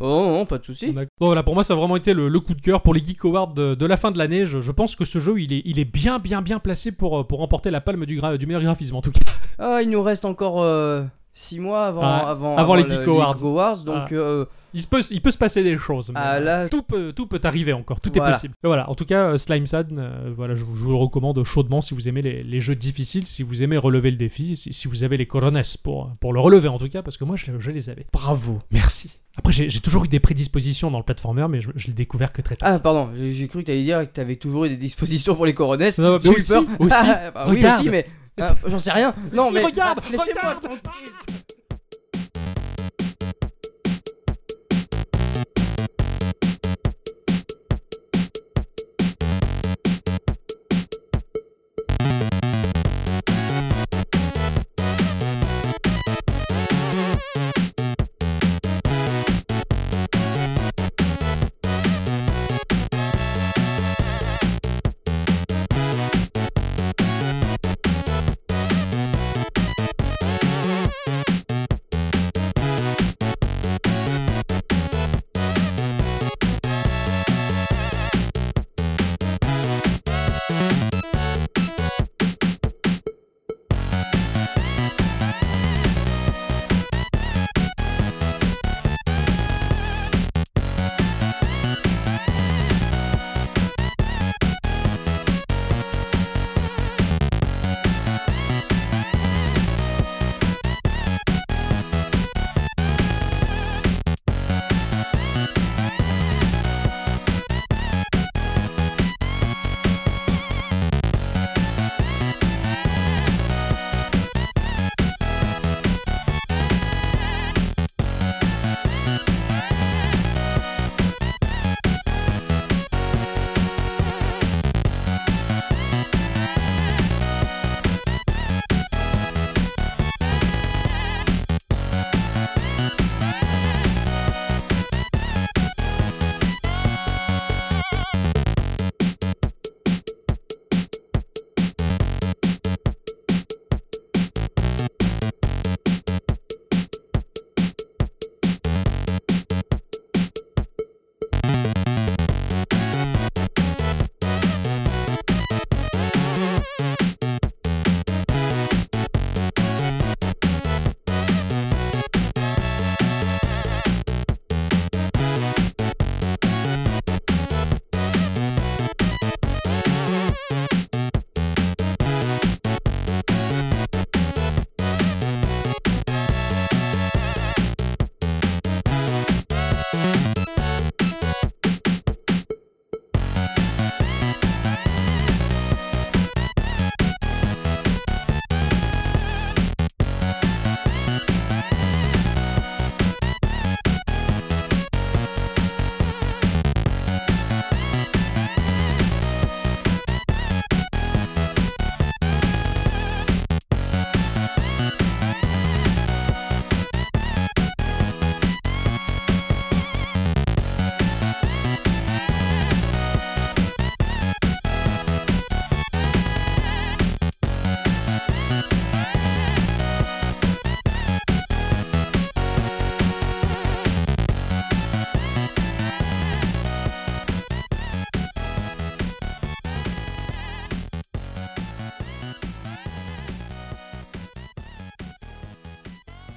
[SPEAKER 4] Oh non, pas de souci.
[SPEAKER 3] On a- Bon, voilà, pour moi, ça a vraiment été le, le coup de cœur pour les Geek Awards de, de la fin de l'année. Je, je pense que ce jeu, il est, il est bien, bien, bien placé pour, euh, pour emporter la palme du, gra- du meilleur graphisme, en tout cas.
[SPEAKER 4] Ah, il nous reste encore 6 mois avant,
[SPEAKER 3] Ah,
[SPEAKER 4] avant,
[SPEAKER 3] avant les
[SPEAKER 4] le-
[SPEAKER 3] Geek Awards.
[SPEAKER 4] donc,
[SPEAKER 3] Ah.
[SPEAKER 4] euh,
[SPEAKER 3] Il, se peut, il peut se passer des choses. mais,
[SPEAKER 4] Ah,
[SPEAKER 3] euh,
[SPEAKER 4] là-
[SPEAKER 3] tout, peut, tout peut arriver encore. Tout est
[SPEAKER 4] Voilà.
[SPEAKER 3] possible. Et Voilà, en tout cas, euh, Slime Sad, euh, voilà, je, vous- je vous le recommande chaudement si vous aimez les, les jeux difficiles, si vous aimez relever le défi, si, si vous avez les corones pour, pour le relever, en tout cas, parce que moi, je, je les avais.
[SPEAKER 4] bravo.
[SPEAKER 3] Merci. Après, j'ai j'ai toujours eu des prédispositions dans le platformer, mais je, je l'ai découvert que très tard.
[SPEAKER 4] Ah, pardon, j'ai j'ai cru que t'allais dire que t'avais toujours eu des dispositions pour les coronets. J'ai
[SPEAKER 3] Non, mais
[SPEAKER 4] eu
[SPEAKER 3] aussi,
[SPEAKER 4] peur.
[SPEAKER 3] aussi,
[SPEAKER 4] [LAUGHS] Ah, bah oui,
[SPEAKER 3] regarde.
[SPEAKER 4] aussi, mais.
[SPEAKER 3] [LAUGHS]
[SPEAKER 4] ah, J'en sais rien. Non,
[SPEAKER 3] Si,
[SPEAKER 4] mais. bah,
[SPEAKER 3] regarde,
[SPEAKER 4] laissez-moi
[SPEAKER 3] regarde.
[SPEAKER 4] tranquille.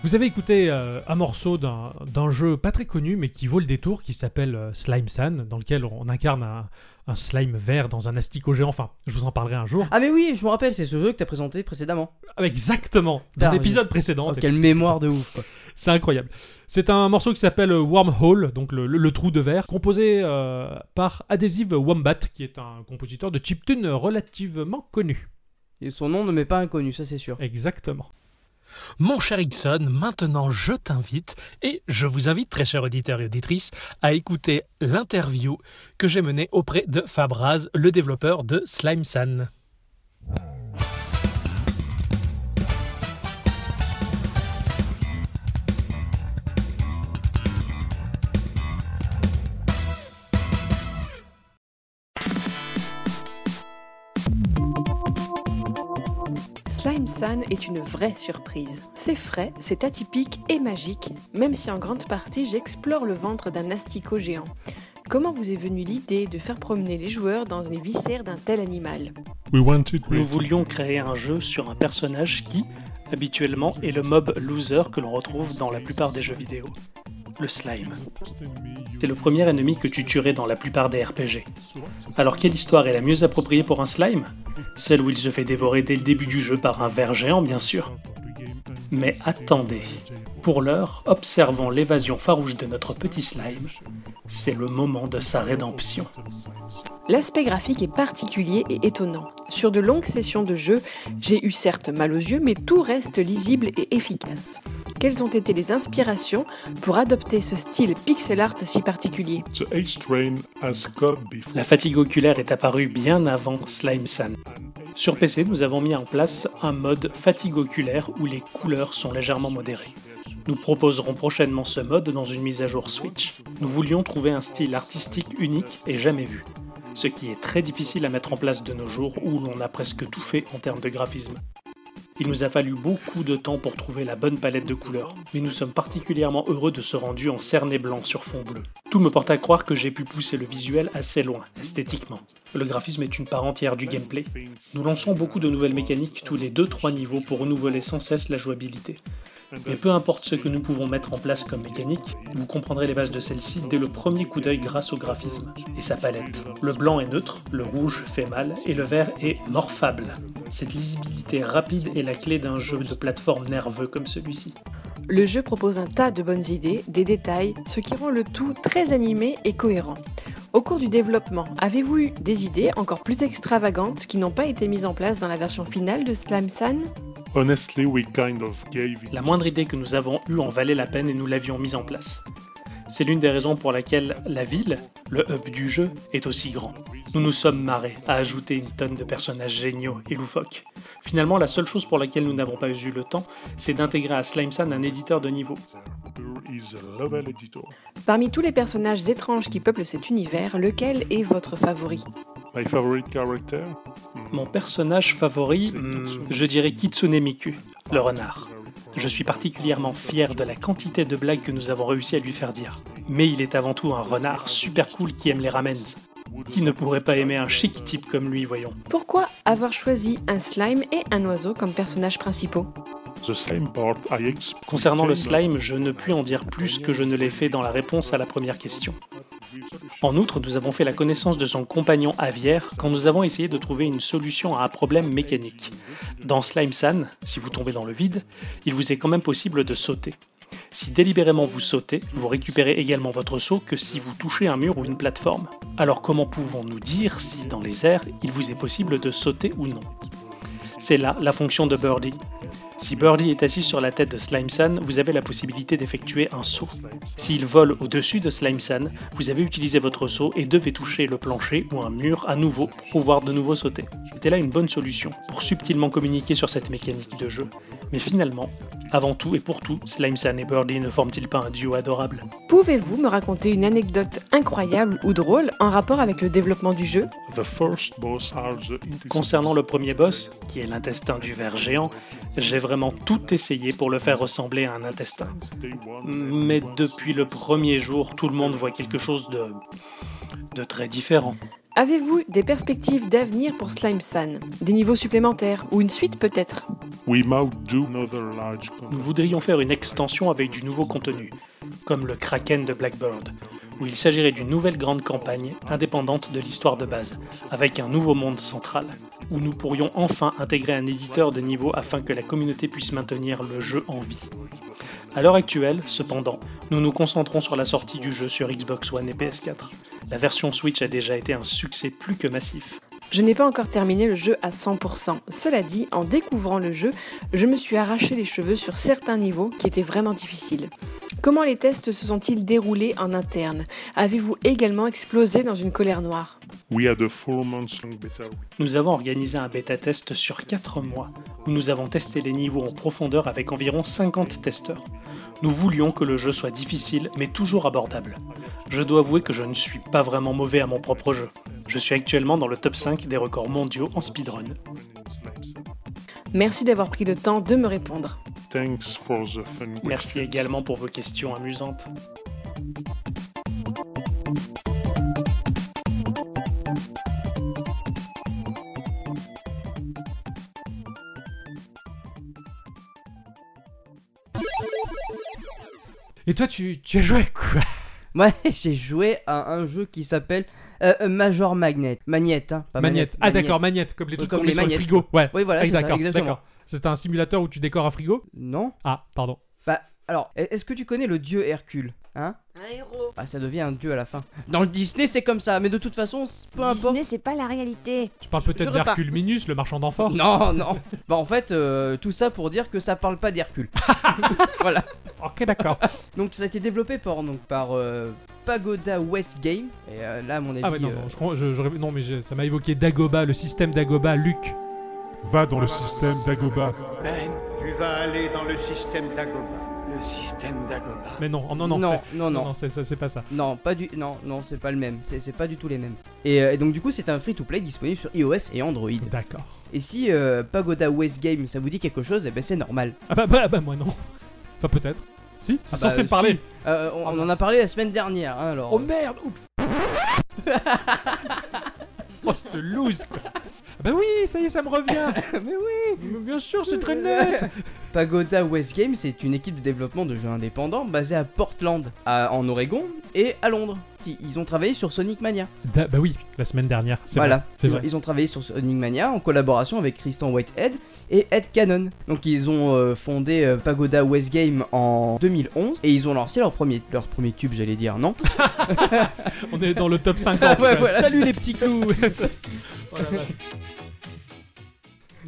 [SPEAKER 3] Vous avez écouté euh, un morceau d'un d'un jeu pas très connu mais qui vaut le détour qui s'appelle euh, Slime San, dans lequel on incarne un, un slime vert dans un asticot géant. Enfin, je vous en parlerai un jour.
[SPEAKER 4] Ah mais oui, je me rappelle, c'est ce jeu que t'as présenté précédemment.
[SPEAKER 3] Ah, Exactement, dans
[SPEAKER 4] Darwin.
[SPEAKER 3] l'épisode précédent.
[SPEAKER 4] Oh, quelle mémoire de ouf. quoi.
[SPEAKER 3] C'est incroyable. C'est un morceau qui s'appelle euh, Wormhole, donc le, le- le trou de verre, composé euh, par Adhesive Wombat, qui est un compositeur de chiptune relativement connu.
[SPEAKER 4] Et son nom ne m'est pas inconnu, ça c'est sûr.
[SPEAKER 3] Exactement.
[SPEAKER 6] Mon cher Ixon, maintenant je t'invite et je vous invite, très chers auditeurs et auditrices, à écouter l'interview que j'ai menée auprès de Fabraz, le développeur de Slime San.
[SPEAKER 8] Slime San est une vraie surprise. C'est frais, c'est atypique et magique, même si en grande partie j'explore le ventre d'un asticot géant. Comment vous est venue l'idée de faire promener les joueurs dans les viscères d'un tel animal
[SPEAKER 1] We wanted
[SPEAKER 9] Nous voulions créer un jeu sur un personnage qui, habituellement, est le mob loser que l'on retrouve dans la plupart des jeux vidéo. Le slime. C'est le premier ennemi que tu tuerais dans la plupart des RPG. Alors quelle histoire est la mieux appropriée pour un slime Celle où il se fait dévorer dès le début du jeu par un ver géant, bien sûr. Mais attendez. Pour l'heure, observons l'évasion farouche de notre petit slime. C'est le moment de sa rédemption.
[SPEAKER 8] L'aspect graphique est particulier et étonnant. Sur de longues sessions de jeu, j'ai eu certes mal aux yeux, mais tout reste lisible et efficace. Quelles ont été les inspirations pour adopter ce style pixel art si particulier
[SPEAKER 1] The H train has come before.
[SPEAKER 9] La fatigue oculaire est apparue bien avant Slime San. Sur PC, nous avons mis en place un mode fatigue oculaire où les couleurs sont légèrement modérées. Nous proposerons prochainement ce mode dans une mise à jour Switch. Nous voulions trouver un style artistique unique et jamais vu, ce qui est très difficile à mettre en place de nos jours où l'on a presque tout fait en termes de graphisme. Il nous a fallu beaucoup de temps pour trouver la bonne palette de couleurs, mais nous sommes particulièrement heureux de ce rendu en cerné blanc sur fond bleu. Tout me porte à croire que j'ai pu pousser le visuel assez loin, esthétiquement. Le graphisme est une part entière du gameplay. Nous lançons beaucoup de nouvelles mécaniques tous les 2-3 niveaux pour renouveler sans cesse la jouabilité. Mais peu importe ce que nous pouvons mettre en place comme mécanique, vous comprendrez les bases de celle-ci dès le premier coup d'œil grâce au graphisme et sa palette. Le blanc est neutre, le rouge fait mal et le vert est morphable. Cette lisibilité rapide est la clé d'un jeu de plateforme nerveux comme celui-ci.
[SPEAKER 8] Le jeu propose un tas de bonnes idées, des détails, ce qui rend le tout très animé et cohérent. Au cours du développement, avez-vous eu des idées encore plus extravagantes qui n'ont pas été mises en place dans la version finale de Slam San
[SPEAKER 1] Honestly, we kind of gave it.
[SPEAKER 9] La moindre idée que nous avons eue en valait la peine et nous l'avions mise en place. C'est l'une des raisons pour laquelle la ville, le hub du jeu, est aussi grand. Nous nous sommes marrés à ajouter une tonne de personnages géniaux et loufoques. Finalement, la seule chose pour laquelle nous n'avons pas eu le temps, c'est d'intégrer à Slimesan un éditeur de niveau.
[SPEAKER 1] There is a level editor.
[SPEAKER 8] Parmi tous les personnages étranges qui peuplent cet univers, lequel est votre favori
[SPEAKER 1] My favorite character. Hmm.
[SPEAKER 9] Mon personnage favori, hmm, je dirais Kitsune Miku, le renard. Je suis particulièrement fier de la quantité de blagues que nous avons réussi à lui faire dire. Mais il est avant tout un renard super cool qui aime les ramen. Qui ne pourrait pas aimer un chic type comme lui, voyons
[SPEAKER 8] Pourquoi avoir choisi un slime et un oiseau comme personnages principaux
[SPEAKER 1] The same part I explained.
[SPEAKER 9] Concernant le slime, je ne puis en dire plus que je ne l'ai fait dans la réponse à la première question. En outre, nous avons fait la connaissance de son compagnon aviaire quand nous avons essayé de trouver une solution à un problème mécanique. Dans Slime San, si vous tombez dans le vide, il vous est quand même possible de sauter. Si délibérément vous sautez, vous récupérez également votre saut que si vous touchez un mur ou une plateforme. Alors comment pouvons-nous dire si dans les airs, il vous est possible de sauter ou non C'est là la fonction de Birdie. Si Birdie est assis sur la tête de Slime San, vous avez la possibilité d'effectuer un saut. S'il vole au-dessus de Slime San, vous avez utilisé votre saut et devez toucher le plancher ou un mur à nouveau pour pouvoir de nouveau sauter. C'était là une bonne solution pour subtilement communiquer sur cette mécanique de jeu. Mais finalement, avant tout et pour tout, Slime San et Birdie ne forment-ils pas un duo adorable
[SPEAKER 8] Pouvez-vous me raconter une anecdote incroyable ou drôle en rapport avec le développement du jeu
[SPEAKER 1] The first boss are the intestines.
[SPEAKER 9] Concernant le premier boss, qui est l'intestin du ver géant, j'ai vraiment tout essayé pour le faire ressembler à un intestin.
[SPEAKER 1] Day one,
[SPEAKER 9] Mais depuis le premier jour, tout le monde voit quelque chose de, de très différent.
[SPEAKER 8] Avez-vous des perspectives d'avenir pour Slime San Des niveaux supplémentaires ou une suite peut-être
[SPEAKER 1] We might do another large
[SPEAKER 9] Nous voudrions faire une extension avec du nouveau contenu, comme le Kraken de Blackbird, où il s'agirait d'une nouvelle grande campagne indépendante de l'histoire de base, avec un nouveau monde central, où nous pourrions enfin intégrer un éditeur de niveau afin que la communauté puisse maintenir le jeu en vie. À l'heure actuelle, cependant, nous nous concentrons sur la sortie du jeu sur Xbox One et PS4. La version Switch a déjà été un succès plus que massif.
[SPEAKER 8] Je n'ai pas encore terminé le jeu à 100%. Cela dit, en découvrant le jeu, je me suis arraché les cheveux sur certains niveaux qui étaient vraiment difficiles. Comment les tests se sont-ils déroulés en interne Avez-vous également explosé dans une colère noire
[SPEAKER 1] We had a four months long beta.
[SPEAKER 9] Nous avons organisé un bêta-test sur 4 mois, où nous avons testé les niveaux en profondeur avec environ 50 testeurs. Nous voulions que le jeu soit difficile, mais toujours abordable. Je dois avouer que je ne suis pas vraiment mauvais à mon propre jeu. Je suis actuellement dans le top 5 des records mondiaux en speedrun.
[SPEAKER 8] Merci d'avoir pris le temps de me répondre.
[SPEAKER 1] Thanks for the fun.
[SPEAKER 9] Merci également pour vos questions amusantes.
[SPEAKER 3] Et toi, tu, tu as joué à quoi
[SPEAKER 4] Moi, [LAUGHS] j'ai joué à un jeu qui s'appelle euh, euh, Major Magnet. Magnette, hein, pas
[SPEAKER 3] Magnette. Ah d'accord, magnette, comme les trucs
[SPEAKER 4] Comme
[SPEAKER 3] qu'on
[SPEAKER 4] les
[SPEAKER 3] met sur le
[SPEAKER 4] magnettes,
[SPEAKER 3] frigo. Ouais.
[SPEAKER 4] Oui, voilà,
[SPEAKER 3] Ah,
[SPEAKER 4] c'est ça,
[SPEAKER 3] d'accord,
[SPEAKER 4] exactement.
[SPEAKER 3] d'accord. C'est un simulateur où tu décores un frigo
[SPEAKER 4] Non
[SPEAKER 3] Ah, pardon.
[SPEAKER 4] Bah, alors, e- est-ce que tu connais le dieu Hercule Hein
[SPEAKER 8] Un héros
[SPEAKER 4] Ah, ça devient un dieu à la fin. Dans le Disney, c'est comme ça, mais de toute façon, c- peu importe.
[SPEAKER 10] Disney, c'est pas la réalité.
[SPEAKER 3] Tu parles peut-être
[SPEAKER 4] je repars.
[SPEAKER 3] d'Hercule Minus, le marchand d'enfants
[SPEAKER 4] Non, non. [LAUGHS] bah, en fait, euh, tout ça pour dire que ça parle pas d'Hercule. voilà.
[SPEAKER 3] [LAUGHS] Ok, d'accord.
[SPEAKER 4] Donc, ça a été développé par, donc, par euh, Pagoda West Game. Et euh, là, à mon avis.
[SPEAKER 3] Ah ouais, non,
[SPEAKER 4] euh,
[SPEAKER 3] non, je, crois- je- je- non mais j'ai- ça m'a évoqué Dagoba, le système Dagoba, Luc.
[SPEAKER 1] Va dans le système d'Agoba.
[SPEAKER 11] Ben, tu vas aller dans le système d'Agoba. Le système d'Agoba.
[SPEAKER 3] Mais non, oh, non, non,
[SPEAKER 4] non,
[SPEAKER 3] c'est-
[SPEAKER 4] non, non.
[SPEAKER 3] non, c'est ça, c'est pas ça.
[SPEAKER 4] Non, pas du. Non, non, c'est pas le même. C'est c'est pas du tout les mêmes. Et, euh, et donc, du coup, c'est un free-to-play disponible sur iOS et Android.
[SPEAKER 3] D'accord.
[SPEAKER 4] Et si euh, Pagoda West Game, ça vous dit quelque chose, eh ben c'est normal.
[SPEAKER 3] Ah bah, bah, bah, moi non. Enfin peut-être. Si, c'est
[SPEAKER 4] Ah bah,
[SPEAKER 3] censé me
[SPEAKER 4] si.
[SPEAKER 3] parler.
[SPEAKER 4] Euh, on, on en a parlé la semaine dernière, hein, alors.
[SPEAKER 3] Oh merde,
[SPEAKER 4] [LAUGHS]
[SPEAKER 3] oups. oh cette loose quoi. Ah Bah oui, ça y est, ça me
[SPEAKER 4] [LAUGHS]
[SPEAKER 3] revient. mais oui, mais bien sûr, c'est très net.
[SPEAKER 4] Pagoda West Games, c'est une équipe de développement de jeux indépendants basée à Portland, à- en Oregon et à Londres. Qui- Ils ont travaillé sur Sonic Mania.
[SPEAKER 3] Da- bah oui, la semaine dernière. C'est
[SPEAKER 4] Voilà.
[SPEAKER 3] vrai, C'est
[SPEAKER 4] Ils-
[SPEAKER 3] vrai.
[SPEAKER 4] Ils ont travaillé sur Sonic Mania en collaboration avec Christian Whitehead et Ed Cannon. Donc ils ont euh, fondé euh, Pagoda West Game en 2011 et ils ont lancé leur premier, leur premier tube, j'allais
[SPEAKER 3] [LAUGHS]
[SPEAKER 4] dire, non
[SPEAKER 3] On est dans le top 50.
[SPEAKER 4] [LAUGHS] Ah ouais, voilà.
[SPEAKER 3] Salut les petits
[SPEAKER 4] [LAUGHS]
[SPEAKER 3] clous. [LAUGHS] Oh la vache.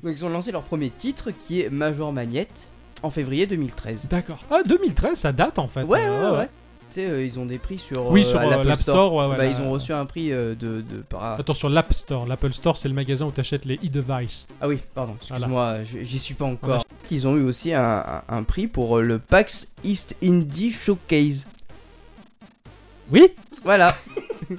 [SPEAKER 4] Donc ils ont lancé leur premier titre qui est Major Magnette en février 2013.
[SPEAKER 3] D'accord. Ah 2013, ça date en fait.
[SPEAKER 4] Ouais,
[SPEAKER 3] Euh,
[SPEAKER 4] ouais, ouais. Tu sais, euh, ils ont des prix sur,
[SPEAKER 3] Oui,
[SPEAKER 4] euh,
[SPEAKER 3] sur
[SPEAKER 4] à
[SPEAKER 3] euh,
[SPEAKER 4] l'Apple
[SPEAKER 3] l'App
[SPEAKER 4] Store.
[SPEAKER 3] Store. ouais, ouais,
[SPEAKER 4] Bah,
[SPEAKER 3] la-
[SPEAKER 4] ils ont reçu un prix euh, de, de par-
[SPEAKER 3] Attends, sur l'App Store. L'Apple Store, c'est le magasin où t'achètes les e-devices.
[SPEAKER 4] Ah oui, pardon, excuse-moi, je- j'y suis pas encore. Ils ont eu aussi un, un- un prix pour euh, le PAX East Indie Showcase.
[SPEAKER 3] Oui
[SPEAKER 4] Voilà,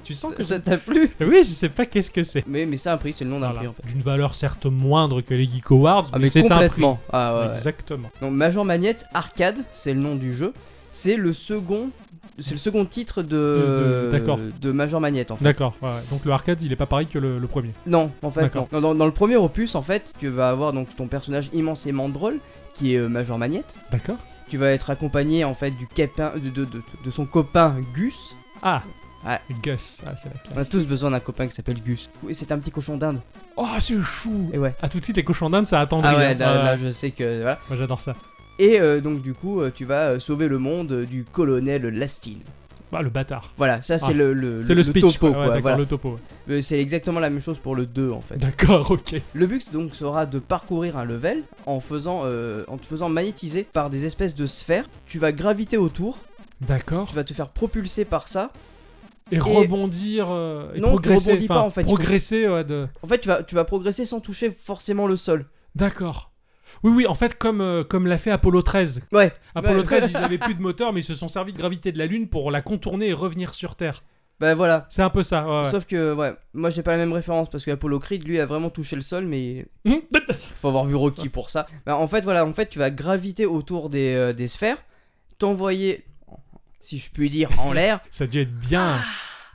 [SPEAKER 3] Tu sens
[SPEAKER 4] ça-
[SPEAKER 3] que
[SPEAKER 4] ça t'a plu
[SPEAKER 3] Oui, je sais pas qu'est-ce que c'est.
[SPEAKER 4] mais, mais c'est un prix, c'est le nom d'un
[SPEAKER 3] Voilà.
[SPEAKER 4] prix en fait.
[SPEAKER 3] D'une valeur certes moindre que les Geek Awards,
[SPEAKER 4] Ah,
[SPEAKER 3] mais,
[SPEAKER 4] mais
[SPEAKER 3] c'est un prix.
[SPEAKER 4] complètement. Ah, ouais, ouais.
[SPEAKER 3] Exactement.
[SPEAKER 4] Donc Major Magnette Arcade, c'est le nom du jeu. C'est le second, c'est le second titre
[SPEAKER 3] De- de-
[SPEAKER 4] de,
[SPEAKER 3] d'accord.
[SPEAKER 4] de Major Magnette en fait.
[SPEAKER 3] D'accord. ouais, ouais. Donc le arcade, il est pas pareil que le, le premier.
[SPEAKER 4] Non, en fait,
[SPEAKER 3] D'accord.
[SPEAKER 4] non. Dans, dans- dans le premier opus, en fait, tu vas avoir donc ton personnage immensément drôle, qui est euh, Major Magnette.
[SPEAKER 3] D'accord.
[SPEAKER 4] Tu vas être accompagné en fait du capin, de, de- de- de son copain Gus.
[SPEAKER 3] Ah.
[SPEAKER 4] Ouais.
[SPEAKER 3] Gus. Ah, c'est la
[SPEAKER 4] On a
[SPEAKER 3] classe.
[SPEAKER 4] tous besoin d'un copain qui s'appelle Gus. Et c'est un petit cochon d'Inde.
[SPEAKER 3] Oh, c'est chou.
[SPEAKER 4] Et ouais.
[SPEAKER 3] Ah, tout de suite, les cochons d'Inde, ça attendrit.
[SPEAKER 4] Ah ouais,
[SPEAKER 3] hein.
[SPEAKER 4] là,
[SPEAKER 3] Ouais,
[SPEAKER 4] là,
[SPEAKER 3] ouais.
[SPEAKER 4] je sais que voilà.
[SPEAKER 3] Moi, j'adore ça.
[SPEAKER 4] Et euh, donc du coup, euh, tu vas euh, sauver le monde euh, du colonel Lastine.
[SPEAKER 3] Ah, le bâtard.
[SPEAKER 4] Voilà, ça c'est
[SPEAKER 3] Ah.
[SPEAKER 4] le, le,
[SPEAKER 3] C'est le, speech.
[SPEAKER 4] topo,
[SPEAKER 3] quoi. Ouais,
[SPEAKER 4] quoi,
[SPEAKER 3] d'accord,
[SPEAKER 4] voilà.
[SPEAKER 3] le topo. ouais.
[SPEAKER 4] Euh, C'est exactement la même chose pour le 2 en
[SPEAKER 3] [LAUGHS]
[SPEAKER 4] fait.
[SPEAKER 3] D'accord, ok.
[SPEAKER 4] Le but donc sera de parcourir un level en, faisant, euh, en te faisant magnétiser par des espèces de sphères. Tu vas graviter autour,
[SPEAKER 3] D'accord.
[SPEAKER 4] tu vas te faire propulser par ça.
[SPEAKER 3] Et, rebondir euh, et
[SPEAKER 4] Non, tu
[SPEAKER 3] progresser.
[SPEAKER 4] rebondis pas,
[SPEAKER 3] enfin,
[SPEAKER 4] en fait, il faut-
[SPEAKER 3] Progresser, ouais, de...
[SPEAKER 4] En fait, tu vas, tu vas progresser sans toucher forcément le sol.
[SPEAKER 3] D'accord. Oui, oui, en fait, comme, euh, comme l'a fait Apollo 13.
[SPEAKER 4] Ouais.
[SPEAKER 3] Apollo
[SPEAKER 4] Ouais.
[SPEAKER 3] 13, ils avaient plus de moteur, mais ils se sont servis de gravité de la Lune pour la contourner et revenir sur Terre.
[SPEAKER 4] [LAUGHS] Bah voilà.
[SPEAKER 3] C'est un peu ça, ouais, ouais.
[SPEAKER 4] Sauf que, ouais, moi j'ai pas la même référence parce que Apollo Creed lui a vraiment touché le sol, mais
[SPEAKER 3] Hum,
[SPEAKER 4] faut avoir vu Rocky pour ça. Bah en fait, voilà, en fait, tu vas graviter autour des, euh, des sphères, t'envoyer, si je puis dire, en l'air.
[SPEAKER 3] Ça a dû être bien.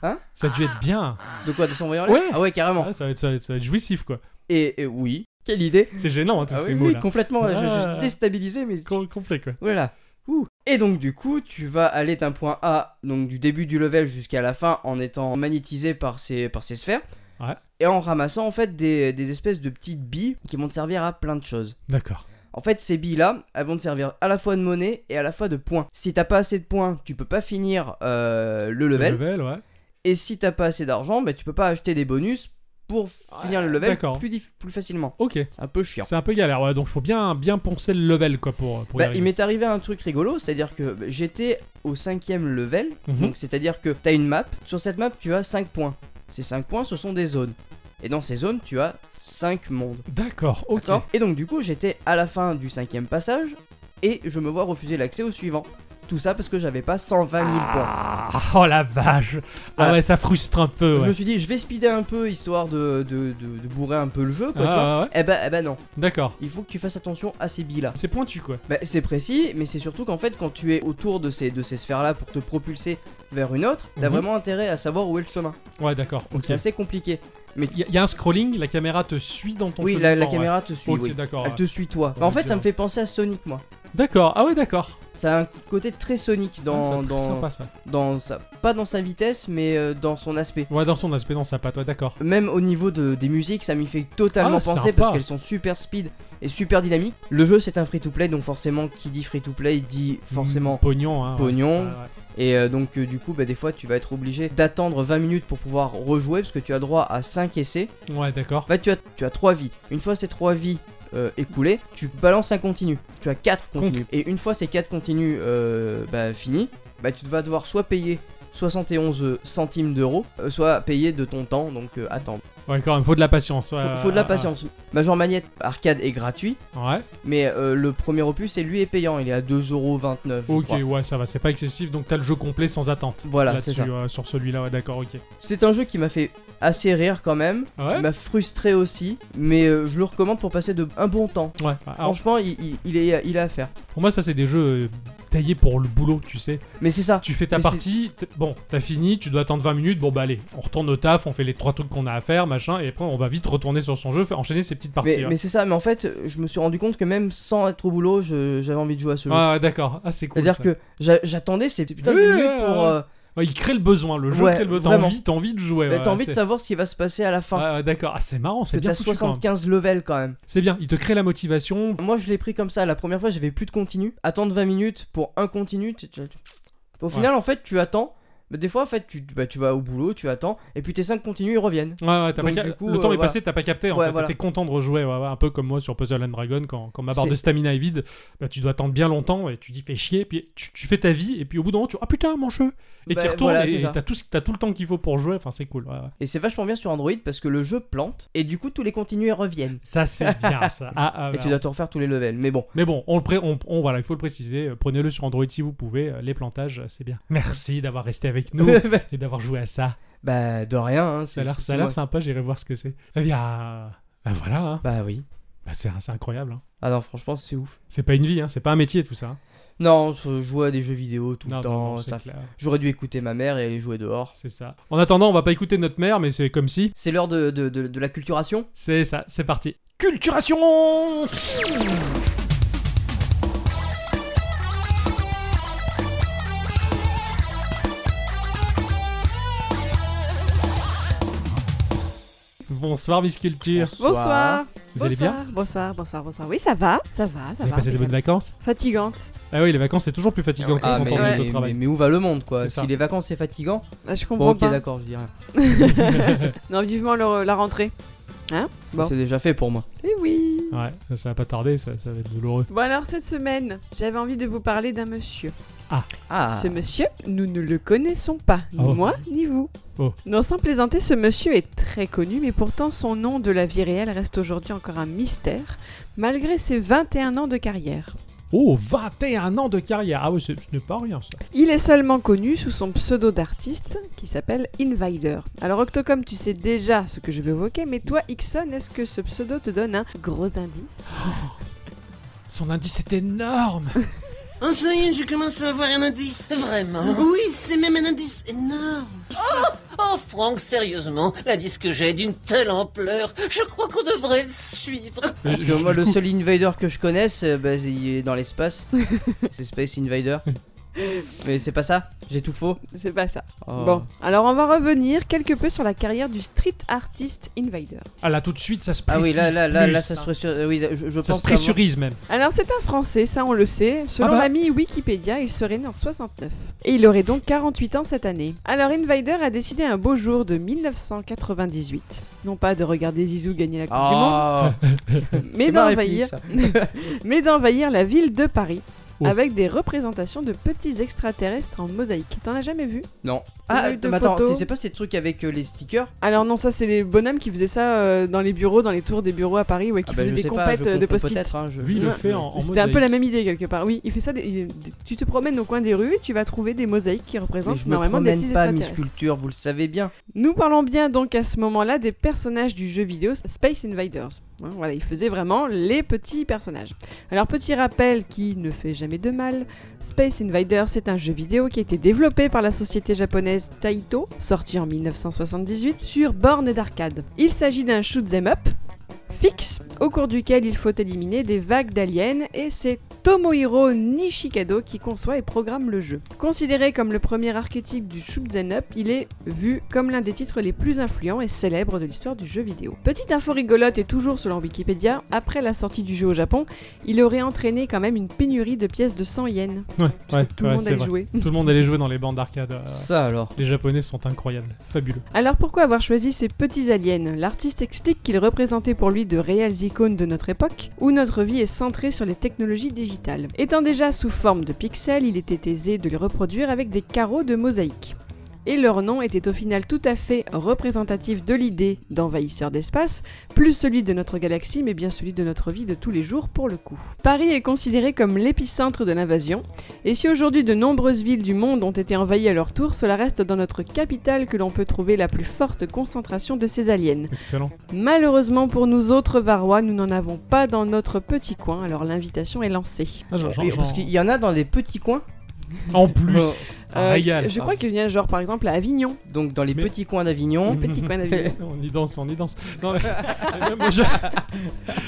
[SPEAKER 4] Hein
[SPEAKER 3] Ça a dû être bien.
[SPEAKER 4] De quoi De s'envoyer en l'air
[SPEAKER 3] Ouais.
[SPEAKER 4] Ah ouais, carrément.
[SPEAKER 3] Ah, ça, va être, ça, va être, ça va être jouissif, quoi.
[SPEAKER 4] Et, et oui, quelle idée.
[SPEAKER 3] C'est gênant, hein, tous
[SPEAKER 4] Ah oui,
[SPEAKER 3] ces mots-là.
[SPEAKER 4] oui, complètement. je- Je,
[SPEAKER 3] Ah.
[SPEAKER 4] déstabilisé, mais.
[SPEAKER 3] Com- complet, quoi.
[SPEAKER 4] Voilà. Ouh. Et donc du coup, tu vas aller d'un point A, donc du début du level jusqu'à la fin, en étant magnétisé par ces, par ces sphères.
[SPEAKER 3] Ouais.
[SPEAKER 4] Et en ramassant en fait des, des espèces de petites billes qui vont te servir à plein de choses.
[SPEAKER 3] D'accord.
[SPEAKER 4] En fait, ces billes-là, elles vont te servir à la fois de monnaie et à la fois de points. Si t'as pas assez de points, tu peux pas finir euh, le level.
[SPEAKER 3] ouais.
[SPEAKER 4] Et si t'as pas assez d'argent, bah, tu peux pas acheter des bonus pour finir le level
[SPEAKER 3] d'accord.
[SPEAKER 4] plus, dif- plus facilement.
[SPEAKER 3] Ok.
[SPEAKER 4] C'est un peu chiant.
[SPEAKER 3] C'est un peu galère, ouais. Donc, faut bien, bien poncer le level, quoi, pour, pour y
[SPEAKER 4] Bah, il
[SPEAKER 3] arriver.
[SPEAKER 4] m'est arrivé un truc rigolo, c'est-à-dire que bah, j'étais au cinquième level,
[SPEAKER 3] Mhm.
[SPEAKER 4] donc c'est-à-dire que t'as une map, sur cette map tu as 5 points. Ces 5 points ce sont des zones. Et dans ces zones tu as 5 mondes.
[SPEAKER 3] D'accord, ok.
[SPEAKER 4] D'accord Et donc du coup j'étais à la fin du cinquième passage et je me vois refuser l'accès au suivant. Tout ça parce que j'avais pas 120 000 points.
[SPEAKER 3] Ah, oh la vache. Ah
[SPEAKER 4] Voilà.
[SPEAKER 3] ouais, ça frustre un peu,
[SPEAKER 4] Je me
[SPEAKER 3] ouais.
[SPEAKER 4] suis dit je vais speeder un peu histoire de, de, de- de bourrer un peu le jeu quoi. tu vois.
[SPEAKER 3] Ah, ouais, ouais.
[SPEAKER 4] Eh bah, eh bah non,
[SPEAKER 3] D'accord.
[SPEAKER 4] il faut que tu fasses attention à ces billes là.
[SPEAKER 3] C'est pointu, quoi.
[SPEAKER 4] Bah, c'est précis, mais c'est surtout qu'en fait, quand tu es autour de ces, de ces sphères-là pour te propulser vers une autre, t'as
[SPEAKER 3] Mhm.
[SPEAKER 4] vraiment intérêt à savoir où est le chemin.
[SPEAKER 3] Ouais, d'accord.
[SPEAKER 4] Donc
[SPEAKER 3] Ok.
[SPEAKER 4] c'est assez compliqué.
[SPEAKER 3] Il y, a un scrolling, la caméra te suit dans ton
[SPEAKER 4] oui,
[SPEAKER 3] cheminement,
[SPEAKER 4] la, la
[SPEAKER 3] ouais.
[SPEAKER 4] caméra te suit.
[SPEAKER 3] Ok,
[SPEAKER 4] oui.
[SPEAKER 3] d'accord.
[SPEAKER 4] Elle
[SPEAKER 3] ouais.
[SPEAKER 4] te suit toi.
[SPEAKER 3] Oh,
[SPEAKER 4] Bah, en fait,
[SPEAKER 3] Dieu.
[SPEAKER 4] ça me fait penser à Sonic, moi.
[SPEAKER 3] D'accord. Ah ouais, d'accord.
[SPEAKER 4] Ça a un côté très Sonic dans,
[SPEAKER 3] Ah, c'est très
[SPEAKER 4] dans,
[SPEAKER 3] sympa ça.
[SPEAKER 4] dans sa- pas dans sa vitesse, mais euh, dans son aspect.
[SPEAKER 3] Ouais, dans son aspect, dans sa patte, ouais, d'accord.
[SPEAKER 4] Même au niveau de, des musiques, ça m'y fait totalement
[SPEAKER 3] Ah,
[SPEAKER 4] penser
[SPEAKER 3] sympa.
[SPEAKER 4] parce qu'elles sont super speed et super dynamiques. Le jeu, c'est un free-to-play, donc forcément, qui dit free-to-play dit forcément
[SPEAKER 3] Mm, Pognon, hein. ouais.
[SPEAKER 4] pognon.
[SPEAKER 3] Ouais, ouais.
[SPEAKER 4] Et euh, donc euh, du coup bah, des fois tu vas être obligé d'attendre 20 minutes pour pouvoir rejouer parce que tu as droit à 5 essais.
[SPEAKER 3] Ouais, d'accord.
[SPEAKER 4] Bah tu as, tu as 3 vies. Une fois ces 3 vies euh, écoulées, tu balances un continu. Tu as 4 continus. Et une fois ces 4 continus euh, bah, finis, bah, tu vas devoir soit payer 71 centimes d'euros, euh, soit payer de ton temps, donc euh, attendre.
[SPEAKER 3] Ouais, quand même, faut de la patience. ouais,
[SPEAKER 4] Faut, faut de la
[SPEAKER 3] ouais,
[SPEAKER 4] patience. Major Magnette arcade est gratuit,
[SPEAKER 3] Ouais. Ouais.
[SPEAKER 4] mais euh, le premier opus, et lui est payant, il est à 2,29€. je
[SPEAKER 3] Ok,
[SPEAKER 4] crois.
[SPEAKER 3] ouais, ça va, c'est pas excessif, donc t'as le jeu complet sans attente.
[SPEAKER 4] Voilà, c'est
[SPEAKER 3] Là-dessus,
[SPEAKER 4] ça.
[SPEAKER 3] ouais, sur celui-là, ouais, d'accord, ok.
[SPEAKER 4] C'est un jeu qui m'a fait assez rire quand même.
[SPEAKER 3] Ouais.
[SPEAKER 4] Il m'a frustré aussi, mais euh, je le recommande pour passer de un bon temps.
[SPEAKER 3] Ouais. Ah, Alors,
[SPEAKER 4] Franchement, il, il- il est, il est à faire.
[SPEAKER 3] pour moi, ça, c'est des jeux euh, taillés pour le boulot, tu sais.
[SPEAKER 4] Mais c'est ça.
[SPEAKER 3] Tu fais ta
[SPEAKER 4] Mais c'est-
[SPEAKER 3] partie, t- bon, t'as fini, tu dois attendre 20 minutes, bon bah allez, on retourne au taf, on fait les trois trucs qu'on a à faire, machin, et après on va vite retourner sur son jeu, faire- enchaîner ses petites parties. hein.
[SPEAKER 4] Mais,
[SPEAKER 3] ouais.
[SPEAKER 4] mais c'est ça. Mais en fait, je me suis rendu compte que même sans être au boulot, je- j'avais envie de jouer à ce jeu.
[SPEAKER 3] Ah ouais, d'accord, ah c'est cool.
[SPEAKER 4] C'est-à-dire
[SPEAKER 3] ça.
[SPEAKER 4] que j'a- j'attendais ces putains de
[SPEAKER 3] Ouais,
[SPEAKER 4] minutes
[SPEAKER 3] ouais,
[SPEAKER 4] pour.
[SPEAKER 3] ouais.
[SPEAKER 4] euh,
[SPEAKER 3] Ouais, il crée le besoin, le jeu
[SPEAKER 4] Ouais,
[SPEAKER 3] crée le besoin. T'as
[SPEAKER 4] vraiment.
[SPEAKER 3] envie, t'as envie de jouer.
[SPEAKER 4] bah,
[SPEAKER 3] ouais,
[SPEAKER 4] T'as envie de
[SPEAKER 3] c'est-
[SPEAKER 4] savoir ce qui va se passer à la fin.
[SPEAKER 3] Ouais, ouais, d'accord. Ah, c'est marrant, c'est
[SPEAKER 4] Parce que
[SPEAKER 3] bien
[SPEAKER 4] t'as
[SPEAKER 3] foutu quand même.
[SPEAKER 4] 75 levels quand même.
[SPEAKER 3] C'est bien, il te crée la motivation.
[SPEAKER 4] Moi, je l'ai pris comme ça. La première fois, j'avais plus de continu. Attendre 20 minutes pour un continu. tu- tu- tu- Au final, en fait, tu attends. Mais des fois, en fait, tu, bah, tu vas au boulot, tu attends, et puis tes 5 continus, ils reviennent.
[SPEAKER 3] Ouais, ouais, t'as
[SPEAKER 4] Donc,
[SPEAKER 3] pas ca-
[SPEAKER 4] du coup,
[SPEAKER 3] le temps
[SPEAKER 4] euh,
[SPEAKER 3] est passé, t'as pas capté en
[SPEAKER 4] Ouais,
[SPEAKER 3] fait.
[SPEAKER 4] voilà.
[SPEAKER 3] T'es content de rejouer, ouais, ouais, un peu comme moi sur Puzzle and Dragon, quand, quand ma barre
[SPEAKER 4] C'est-
[SPEAKER 3] de stamina est vide, bah, tu dois attendre bien longtemps et tu dis fais chier, puis tu, tu fais ta vie, et puis au bout d'un moment tu ah putain mon jeu, et
[SPEAKER 4] Bah,
[SPEAKER 3] tu retournes
[SPEAKER 4] voilà,
[SPEAKER 3] et
[SPEAKER 4] c'est
[SPEAKER 3] et
[SPEAKER 4] ça.
[SPEAKER 3] t'as tout, ce- t'as tout le temps qu'il faut pour jouer, enfin c'est cool. ouais, ouais.
[SPEAKER 4] Et c'est vachement bien sur Android parce que le jeu plante et du coup tous les continus reviennent.
[SPEAKER 3] Ça c'est
[SPEAKER 4] [LAUGHS]
[SPEAKER 3] bien ça. Ah, ah,
[SPEAKER 4] et
[SPEAKER 3] bah,
[SPEAKER 4] tu dois te refaire tous les levels. Mais bon,
[SPEAKER 3] Mais bon, on le pré- on, on- voilà, il faut le préciser, euh, prenez-le sur Android si vous pouvez, euh, les plantages euh, c'est bien. Merci d'avoir resté avec nous et d'avoir joué à ça.
[SPEAKER 4] [LAUGHS] bah de rien. Hein,
[SPEAKER 3] Ça a
[SPEAKER 4] c'est-
[SPEAKER 3] l'air,
[SPEAKER 4] c'est-
[SPEAKER 3] ça a
[SPEAKER 4] c'est
[SPEAKER 3] l'air
[SPEAKER 4] moi.
[SPEAKER 3] sympa, j'irai voir ce que c'est. Eh bien, euh, bah voilà, hein.
[SPEAKER 4] Bah oui.
[SPEAKER 3] Bah, c'est, c'est incroyable. hein.
[SPEAKER 4] Ah non, franchement, c'est ouf.
[SPEAKER 3] C'est pas une vie, hein, c'est pas un métier tout ça. hein.
[SPEAKER 4] Non, je joue à des jeux vidéo tout
[SPEAKER 3] Non,
[SPEAKER 4] le
[SPEAKER 3] non,
[SPEAKER 4] temps.
[SPEAKER 3] non, c'est
[SPEAKER 4] ça-
[SPEAKER 3] clair,
[SPEAKER 4] J'aurais dû écouter ma mère et aller jouer dehors.
[SPEAKER 3] c'est ça. En attendant, on va pas écouter notre mère, mais c'est comme si.
[SPEAKER 4] C'est l'heure de, de, de- de la culturation.
[SPEAKER 3] C'est ça, c'est parti. Culturation Bonsoir Miss Culture.
[SPEAKER 5] Bonsoir.
[SPEAKER 3] Ah, Vous allez bien
[SPEAKER 5] Bonsoir, bonsoir, bonsoir. Oui, ça va, ça va, ça
[SPEAKER 3] Vous avez
[SPEAKER 5] va.
[SPEAKER 3] passé de bonnes
[SPEAKER 5] impeccable.
[SPEAKER 3] vacances
[SPEAKER 5] Fatigante.
[SPEAKER 3] Ah oui, les vacances c'est toujours plus fatigant
[SPEAKER 4] Ah,
[SPEAKER 3] que
[SPEAKER 4] mais,
[SPEAKER 3] quand on est
[SPEAKER 4] mais-
[SPEAKER 3] au travail.
[SPEAKER 4] mais- mais où va le monde quoi
[SPEAKER 3] C'est ça.
[SPEAKER 4] Si les vacances c'est fatigant.
[SPEAKER 5] Ah, je
[SPEAKER 4] Bon,
[SPEAKER 5] comprends
[SPEAKER 4] ok,
[SPEAKER 5] pas.
[SPEAKER 4] d'accord, je dis rien.
[SPEAKER 5] Non, vivement le- la rentrée. Bon.
[SPEAKER 4] C'est déjà fait pour moi.
[SPEAKER 5] Eh oui.
[SPEAKER 3] Ouais, ça va pas tarder, ça, ça va être douloureux.
[SPEAKER 5] Bon alors cette semaine, j'avais envie de vous parler d'un monsieur.
[SPEAKER 4] Ah,
[SPEAKER 5] Ce monsieur, nous ne le connaissons pas, ni
[SPEAKER 3] Oh.
[SPEAKER 5] moi, ni vous.
[SPEAKER 3] Oh.
[SPEAKER 5] Non, sans plaisanter, ce monsieur est très connu, mais pourtant son nom de la vie réelle reste aujourd'hui encore un mystère, malgré ses 21 ans de carrière.
[SPEAKER 3] Oh, 21 ans de carrière Ah oui, ce ce n'est pas rien ça.
[SPEAKER 5] Il est seulement connu sous son pseudo d'artiste qui s'appelle Invader. Alors Octocom, tu sais déjà ce que je vais évoquer, mais toi, Ixon, est-ce que ce pseudo te donne un gros indice
[SPEAKER 3] Son indice est énorme
[SPEAKER 10] Oh, ça y est, je commence à avoir un indice. Vraiment Oui, c'est même un indice énorme. Oh, Franck, sérieusement, la disque j'ai d'une telle ampleur, je crois qu'on devrait le suivre.
[SPEAKER 4] Parce que
[SPEAKER 5] [LAUGHS]
[SPEAKER 4] moi, le seul invader que je connaisse, euh, bah, il est dans l'espace. [LAUGHS] c'est Space
[SPEAKER 5] [LAUGHS]
[SPEAKER 4] Invader. Mais c'est pas ça J'ai tout faux
[SPEAKER 5] C'est pas ça.
[SPEAKER 3] Ah.
[SPEAKER 4] Oh.
[SPEAKER 5] Bon, alors on va revenir quelque peu sur la carrière du street artist Invader.
[SPEAKER 3] Ah là, tout de suite, ça se
[SPEAKER 4] Ah oui,
[SPEAKER 3] précise
[SPEAKER 4] là, là, là,
[SPEAKER 3] plus,
[SPEAKER 4] là, ça se
[SPEAKER 3] hein.
[SPEAKER 4] pressure- euh, oui, là, je, je
[SPEAKER 3] Ça
[SPEAKER 4] pense
[SPEAKER 3] se pressurise même.
[SPEAKER 5] Alors c'est un Français, ça on le sait. Selon
[SPEAKER 3] Ah bah.
[SPEAKER 5] l'ami Wikipédia, il serait né en 69. Et il aurait donc 48 ans cette année. Alors Invader a décidé un beau jour de 1998. Non pas de regarder Zizou gagner la Coupe du Monde,
[SPEAKER 4] avoir- Oh,
[SPEAKER 5] mais
[SPEAKER 4] c'est ma
[SPEAKER 5] d'envahir
[SPEAKER 4] réplique, ça.
[SPEAKER 5] mais d'envahir la ville de Paris.
[SPEAKER 3] Oh.
[SPEAKER 5] Avec des représentations de petits extraterrestres en mosaïque. T'en as jamais vu
[SPEAKER 4] Non.
[SPEAKER 5] T'as
[SPEAKER 4] Ah,
[SPEAKER 5] eu deux
[SPEAKER 4] mais attends,
[SPEAKER 5] photos
[SPEAKER 4] c'est- c'est pas ces trucs avec euh, les stickers
[SPEAKER 5] Alors non, ça c'est les bonhommes qui faisaient ça euh, dans les bureaux, dans les tours des bureaux à Paris, ouais, qui
[SPEAKER 4] Ah bah,
[SPEAKER 5] faisaient
[SPEAKER 4] je
[SPEAKER 5] des
[SPEAKER 4] sais pas,
[SPEAKER 5] compètes
[SPEAKER 4] je
[SPEAKER 5] euh, de
[SPEAKER 4] confonds
[SPEAKER 5] post-it.
[SPEAKER 4] peut-être, hein, je-
[SPEAKER 3] Lui, il le fait en, en
[SPEAKER 5] C'était un peu la
[SPEAKER 3] mosaïque.
[SPEAKER 5] même idée quelque part. Oui, il fait ça. des- il- tu te promènes au coin des rues, tu vas trouver des mosaïques qui
[SPEAKER 4] Mais
[SPEAKER 5] représentent
[SPEAKER 4] je me
[SPEAKER 5] normalement des
[SPEAKER 4] promène
[SPEAKER 5] petits
[SPEAKER 4] pas mes
[SPEAKER 5] extraterrestres.
[SPEAKER 4] sculptures, vous le savez bien.
[SPEAKER 5] Nous parlons bien donc à ce moment-là des personnages du jeu vidéo Space Invaders. Hein, Voilà, il faisait vraiment les petits personnages. Alors petit rappel qui ne fait jamais de mal, Space Invaders c'est un jeu vidéo qui a été développé par la société japonaise Taito, sorti en 1978 sur borne d'arcade. Il s'agit d'un shoot'em up fixe au cours duquel il faut éliminer des vagues d'aliens et c'est Tomohiro Nishikado qui conçoit et programme le jeu. Considéré comme le premier archétype du shoot'em up, il est vu comme l'un des titres les plus influents et célèbres de l'histoire du jeu vidéo. Petite info rigolote et toujours selon Wikipédia, après la sortie du jeu au Japon, il aurait entraîné quand même une pénurie de pièces de 100 yens.
[SPEAKER 3] Ouais, ouais,
[SPEAKER 5] Tout
[SPEAKER 3] ouais,
[SPEAKER 5] le monde
[SPEAKER 3] c'est
[SPEAKER 5] allait
[SPEAKER 3] vrai.
[SPEAKER 5] jouer.
[SPEAKER 3] Tout le monde allait jouer dans les bandes d'arcade. euh,
[SPEAKER 4] Ça alors.
[SPEAKER 3] Les japonais sont incroyables, fabuleux.
[SPEAKER 5] Alors pourquoi avoir choisi ces petits aliens L'artiste explique qu'ils représentaient pour lui de réelles icônes de notre époque, où notre vie est centrée sur les technologies digitales. Étant déjà sous forme de pixels, il était aisé de les reproduire avec des carreaux de mosaïque. Et leur nom était au final tout à fait représentatif de l'idée d'envahisseur d'espace, plus celui de notre galaxie, mais bien celui de notre vie de tous les jours pour le coup. Paris est considéré comme l'épicentre de l'invasion, et si aujourd'hui de nombreuses villes du monde ont été envahies à leur tour, cela reste dans notre capitale que l'on peut trouver la plus forte concentration de ces aliens.
[SPEAKER 3] Excellent.
[SPEAKER 5] Malheureusement pour nous autres Varois, nous n'en avons pas dans notre petit coin, alors l'invitation est lancée.
[SPEAKER 3] Ah, genre, genre,
[SPEAKER 4] Et Parce
[SPEAKER 3] genre-
[SPEAKER 4] qu'il y en a dans les petits coins.
[SPEAKER 3] En plus,
[SPEAKER 4] Euh,
[SPEAKER 3] un régal. Ah.
[SPEAKER 5] je crois qu'il y en a genre par exemple à Avignon,
[SPEAKER 4] donc dans les
[SPEAKER 3] Mais-
[SPEAKER 4] petits coins d'Avignon.
[SPEAKER 5] le petit coin
[SPEAKER 3] [LAUGHS]
[SPEAKER 5] d'Avignon.
[SPEAKER 3] On y danse, on y danse. Non, mais- [LAUGHS] moi, je-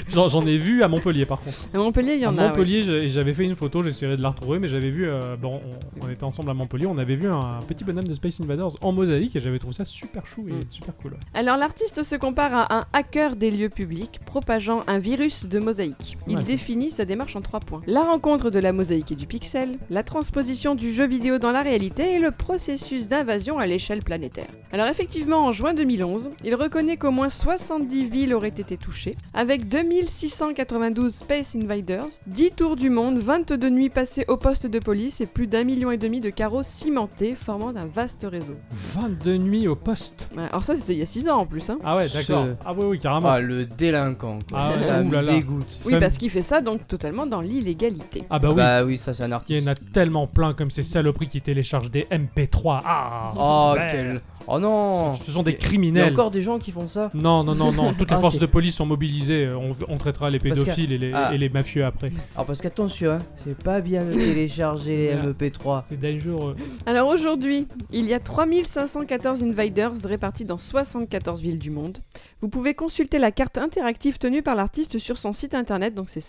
[SPEAKER 3] J'en j'en ai vu à Montpellier par contre.
[SPEAKER 5] À Montpellier, il y en
[SPEAKER 3] à
[SPEAKER 5] a. ouais.
[SPEAKER 3] Montpellier, j'ai- j'avais fait une photo, j'essaierai de la retrouver, mais j'avais vu, euh, bon, on, on était ensemble à Montpellier, on avait vu un petit bonhomme de Space Invaders en mosaïque et j'avais trouvé ça super chou et
[SPEAKER 5] Mm.
[SPEAKER 3] super cool. ouais.
[SPEAKER 5] Alors l'artiste se compare à un hacker des lieux publics propageant un virus de mosaïque. Il
[SPEAKER 3] Ouais.
[SPEAKER 5] définit sa démarche en trois points. La rencontre de la mosaïque et du pixel, la transposition du jeu vidéo dans la réalité et le processus d'invasion à l'échelle planétaire. Alors effectivement, en juin 2011, il reconnaît qu'au moins 70 villes auraient été touchées, avec 2692 Space Invaders, 10 tours du monde, 22 nuits passées au poste de police et plus d'un million et demi de carreaux cimentés formant un vaste réseau.
[SPEAKER 3] 22 nuits au poste.
[SPEAKER 5] Ouais, Alors ça c'était il y a 6 ans en plus, hein
[SPEAKER 3] Ah ouais, d'accord.
[SPEAKER 4] Ce-
[SPEAKER 3] Ah ouais, oui, carrément.
[SPEAKER 4] Ah, le délinquant. quoi.
[SPEAKER 3] Ah ouais,
[SPEAKER 4] ça me
[SPEAKER 3] oulala.
[SPEAKER 4] dégoûte.
[SPEAKER 5] Oui,
[SPEAKER 3] Ça me-
[SPEAKER 5] parce qu'il fait ça donc totalement dans l'illégalité.
[SPEAKER 3] Ah bah oui.
[SPEAKER 4] Bah oui, ça c'est un
[SPEAKER 3] Il y
[SPEAKER 4] artiste.
[SPEAKER 3] en a tellement plein comme ces saloperies qui téléchargent des MP3. Ah
[SPEAKER 4] Oh
[SPEAKER 3] merde.
[SPEAKER 4] quel. Oh non.
[SPEAKER 3] Ce sont des
[SPEAKER 4] Il y a
[SPEAKER 3] criminels.
[SPEAKER 4] encore des gens qui font ça.
[SPEAKER 3] Non, non, non, non. Toutes les
[SPEAKER 4] Ah,
[SPEAKER 3] forces
[SPEAKER 4] c'est-
[SPEAKER 3] de police sont mobilisées. On, on traitera les
[SPEAKER 4] Parce que-
[SPEAKER 3] pédophiles et les,
[SPEAKER 4] Ah.
[SPEAKER 3] et les mafieux après.
[SPEAKER 4] Alors parce qu'attention, hein, c'est pas bien de télécharger les
[SPEAKER 3] Merde.
[SPEAKER 4] MP3.
[SPEAKER 3] C'est
[SPEAKER 5] euh,
[SPEAKER 3] dangereux.
[SPEAKER 5] Alors aujourd'hui, il y a 3514 invaders répartis dans 74 villes du monde. Vous pouvez consulter la carte interactive tenue par l'artiste sur son site internet, donc c'est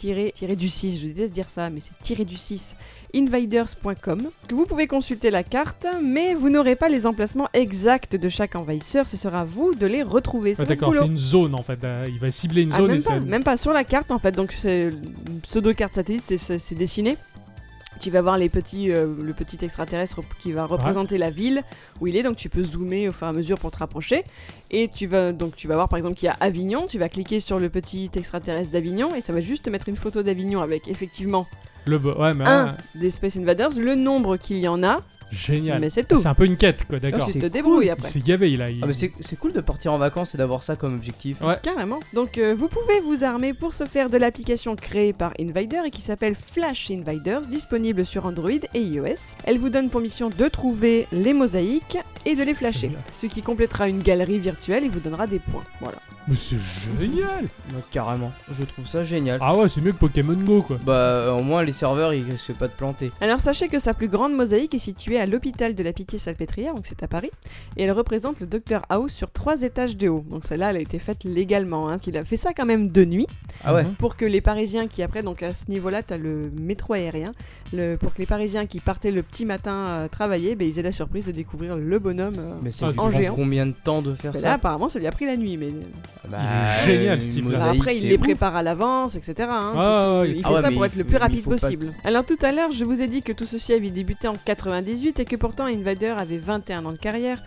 [SPEAKER 5] space-du-6, je déteste dire ça, mais c'est tiré du 6, invaders.com. que Vous pouvez consulter la carte, mais vous n'aurez pas les emplacements exacts de chaque envahisseur, ce sera à vous de les retrouver. C'est
[SPEAKER 3] Ah,
[SPEAKER 5] votre
[SPEAKER 3] d'accord,
[SPEAKER 5] boulot.
[SPEAKER 3] c'est une zone en fait. Euh, Il va cibler une
[SPEAKER 5] Ah,
[SPEAKER 3] zone et
[SPEAKER 5] même,
[SPEAKER 3] ça.
[SPEAKER 5] pas, même pas sur la carte en fait, donc c'est une pseudo-carte satellite, c'est- c'est c'est dessiné. Tu vas voir les petits, euh, le petit extraterrestre qui va représenter la ville où il est, donc tu peux zoomer au fur et à mesure pour te rapprocher. Et tu vas, donc tu vas voir par exemple qu'il y a Avignon, tu vas cliquer sur le petit extraterrestre d'Avignon et ça va juste te mettre une photo d'Avignon avec effectivement
[SPEAKER 3] Le bo- ouais, mais
[SPEAKER 5] un
[SPEAKER 3] ouais,
[SPEAKER 5] des Space Invaders, le nombre qu'il y en a,
[SPEAKER 3] génial.
[SPEAKER 5] mais c'est tout.
[SPEAKER 3] C'est un peu une quête quoi, d'accord.
[SPEAKER 5] Donc tu
[SPEAKER 4] C'est
[SPEAKER 5] te débrouilles
[SPEAKER 3] Il
[SPEAKER 5] après.
[SPEAKER 3] s'est gavé là. il-
[SPEAKER 4] Ah mais c'est c'est cool de partir en vacances et d'avoir ça comme objectif.
[SPEAKER 5] Carrément. Donc euh, vous pouvez vous armer pour se faire de l'application créée par Invader et qui s'appelle Flash Invaders, disponible sur Android et iOS. Elle vous donne pour mission de trouver les mosaïques et de les flasher,
[SPEAKER 3] Génial.
[SPEAKER 5] ce qui complétera une galerie virtuelle et vous donnera des points. Voilà.
[SPEAKER 3] Mais c'est génial
[SPEAKER 4] Bah, carrément, je trouve ça génial.
[SPEAKER 3] Ah ouais, c'est mieux que Pokémon Go, quoi.
[SPEAKER 4] Bah, euh, au moins les serveurs ils risquent pas de planter.
[SPEAKER 5] Alors sachez que sa plus grande mosaïque est située à l'hôpital de la Pitié-Salpêtrière, donc c'est à Paris, et elle représente le Dr House sur trois étages de haut. Donc celle-là, elle a été faite légalement, hein, qu'il a fait ça quand même de nuit,
[SPEAKER 4] Ah ouais
[SPEAKER 5] pour que les Parisiens qui après, donc à ce niveau-là, t'as le métro aérien, le- pour que les Parisiens qui partaient le petit matin euh, travailler, ben, ils aient la surprise de découvrir le bonhomme euh,
[SPEAKER 4] Mais ça
[SPEAKER 3] Ah,
[SPEAKER 4] lui
[SPEAKER 3] c'est
[SPEAKER 5] en
[SPEAKER 4] prend
[SPEAKER 5] géant.
[SPEAKER 4] combien de temps de faire
[SPEAKER 5] Mais là,
[SPEAKER 4] ça
[SPEAKER 5] apparemment, ça lui a pris la nuit, mais
[SPEAKER 4] Bah,
[SPEAKER 3] Il est génial,
[SPEAKER 4] euh,
[SPEAKER 3] ce
[SPEAKER 4] une
[SPEAKER 3] type-là.
[SPEAKER 5] Alors
[SPEAKER 4] mosaïque,
[SPEAKER 5] après, il
[SPEAKER 4] c'est
[SPEAKER 5] les
[SPEAKER 4] ouf.
[SPEAKER 5] prépare à l'avance, etc. hein.
[SPEAKER 3] Ah,
[SPEAKER 5] Tout-
[SPEAKER 3] ouais,
[SPEAKER 5] il
[SPEAKER 4] ah
[SPEAKER 5] fait
[SPEAKER 4] ouais,
[SPEAKER 5] ça
[SPEAKER 4] mais
[SPEAKER 5] pour
[SPEAKER 4] il
[SPEAKER 5] être le
[SPEAKER 4] faut-
[SPEAKER 5] plus
[SPEAKER 4] il
[SPEAKER 5] rapide
[SPEAKER 4] faut pas
[SPEAKER 5] possible. Alors tout à l'heure, je vous ai dit que tout ceci avait débuté en 98 et que pourtant Invader avait 21 ans de carrière.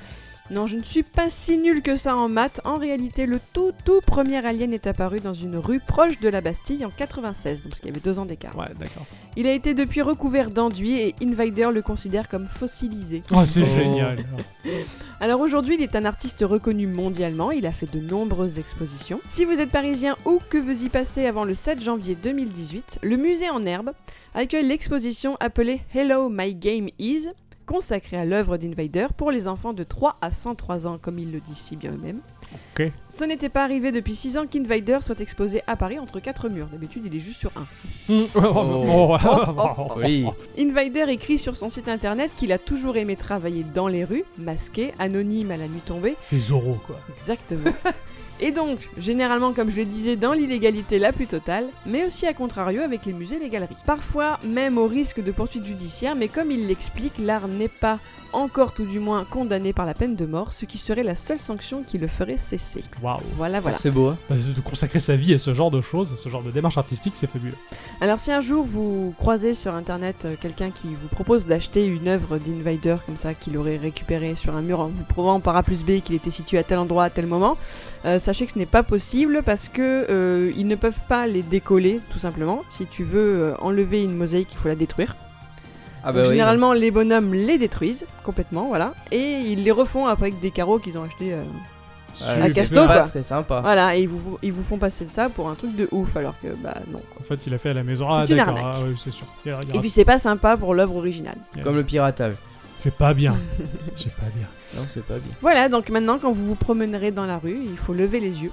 [SPEAKER 5] Non, je ne suis pas si nul que ça en maths. En réalité, le tout tout premier alien est apparu dans une rue proche de la Bastille en 96, donc il y avait deux ans d'écart.
[SPEAKER 3] Ouais, d'accord.
[SPEAKER 5] Il a été depuis recouvert d'enduit et Invader le considère comme fossilisé.
[SPEAKER 3] Ah, c'est
[SPEAKER 4] Oh.
[SPEAKER 3] génial.
[SPEAKER 5] Alors aujourd'hui, il est un artiste reconnu mondialement, il a fait de nombreuses expositions. Si vous êtes parisien ou que vous y passez avant le 7 janvier 2018, le musée en herbe accueille l'exposition appelée Hello My Game Is, consacrée à l'œuvre d'Invader pour les enfants de 3 à 103 ans, comme il le dit si bien eux-mêmes.
[SPEAKER 3] Ok.
[SPEAKER 5] Ce n'était pas arrivé depuis 6 ans qu'Invader soit exposé à Paris entre quatre murs, d'habitude il est juste sur un.
[SPEAKER 3] Mm. [LAUGHS]
[SPEAKER 4] Oh. Oui.
[SPEAKER 5] Invader écrit sur son site internet qu'il a toujours aimé travailler dans les rues, masqué, anonyme à la nuit tombée,
[SPEAKER 3] C'est Zoro, quoi.
[SPEAKER 5] Exactement. Et donc, généralement, comme je le disais, dans l'illégalité la plus totale, mais aussi à contrario avec les musées et les galeries. Parfois, même au risque de poursuites judiciaires, mais comme il l'explique, l'art n'est pas encore tout du moins condamné par la peine de mort, ce qui serait la seule sanction qui le ferait cesser.
[SPEAKER 3] Waouh.
[SPEAKER 5] Voilà, voilà.
[SPEAKER 4] C'est beau, hein
[SPEAKER 3] Bah, c'est de consacrer sa vie à ce genre de choses, à ce genre de démarche artistique, c'est fabuleux.
[SPEAKER 5] Alors si un jour vous croisez sur internet euh, quelqu'un qui vous propose d'acheter une œuvre d'Invader comme ça qu'il aurait récupérée sur un mur en vous prouvant par A plus B qu'il était situé à tel endroit à tel moment, euh, sachez que ce n'est pas possible parce que euh, ils ne peuvent pas les décoller tout simplement. Si tu veux euh, enlever une mosaïque, il faut la détruire.
[SPEAKER 4] Ah
[SPEAKER 5] Donc,
[SPEAKER 4] bah oui.
[SPEAKER 5] généralement les bonhommes les détruisent complètement, voilà, et ils les refont après avec des carreaux qu'ils ont achetés. euh,
[SPEAKER 4] Ouais,
[SPEAKER 5] à
[SPEAKER 4] c'est
[SPEAKER 5] Casto,
[SPEAKER 4] pas
[SPEAKER 5] quoi.
[SPEAKER 4] très sympa.
[SPEAKER 5] Voilà, et ils vous, ils vous font passer de ça pour un truc de ouf alors que bah non. quoi.
[SPEAKER 3] En fait, il a fait à la maison.
[SPEAKER 5] C'est
[SPEAKER 3] Ah,
[SPEAKER 5] une
[SPEAKER 3] d'accord.
[SPEAKER 5] arnaque.
[SPEAKER 3] Ah, ouais, c'est sûr. Il y a- il y a-
[SPEAKER 5] Et puis c'est pas sympa pour l'œuvre originale.
[SPEAKER 4] Comme le piratage.
[SPEAKER 3] C'est pas
[SPEAKER 5] [LAUGHS]
[SPEAKER 3] bien. c'est pas bien.
[SPEAKER 4] Non, c'est pas bien.
[SPEAKER 5] Voilà, donc maintenant quand vous vous promenerez dans la rue, il faut lever les yeux.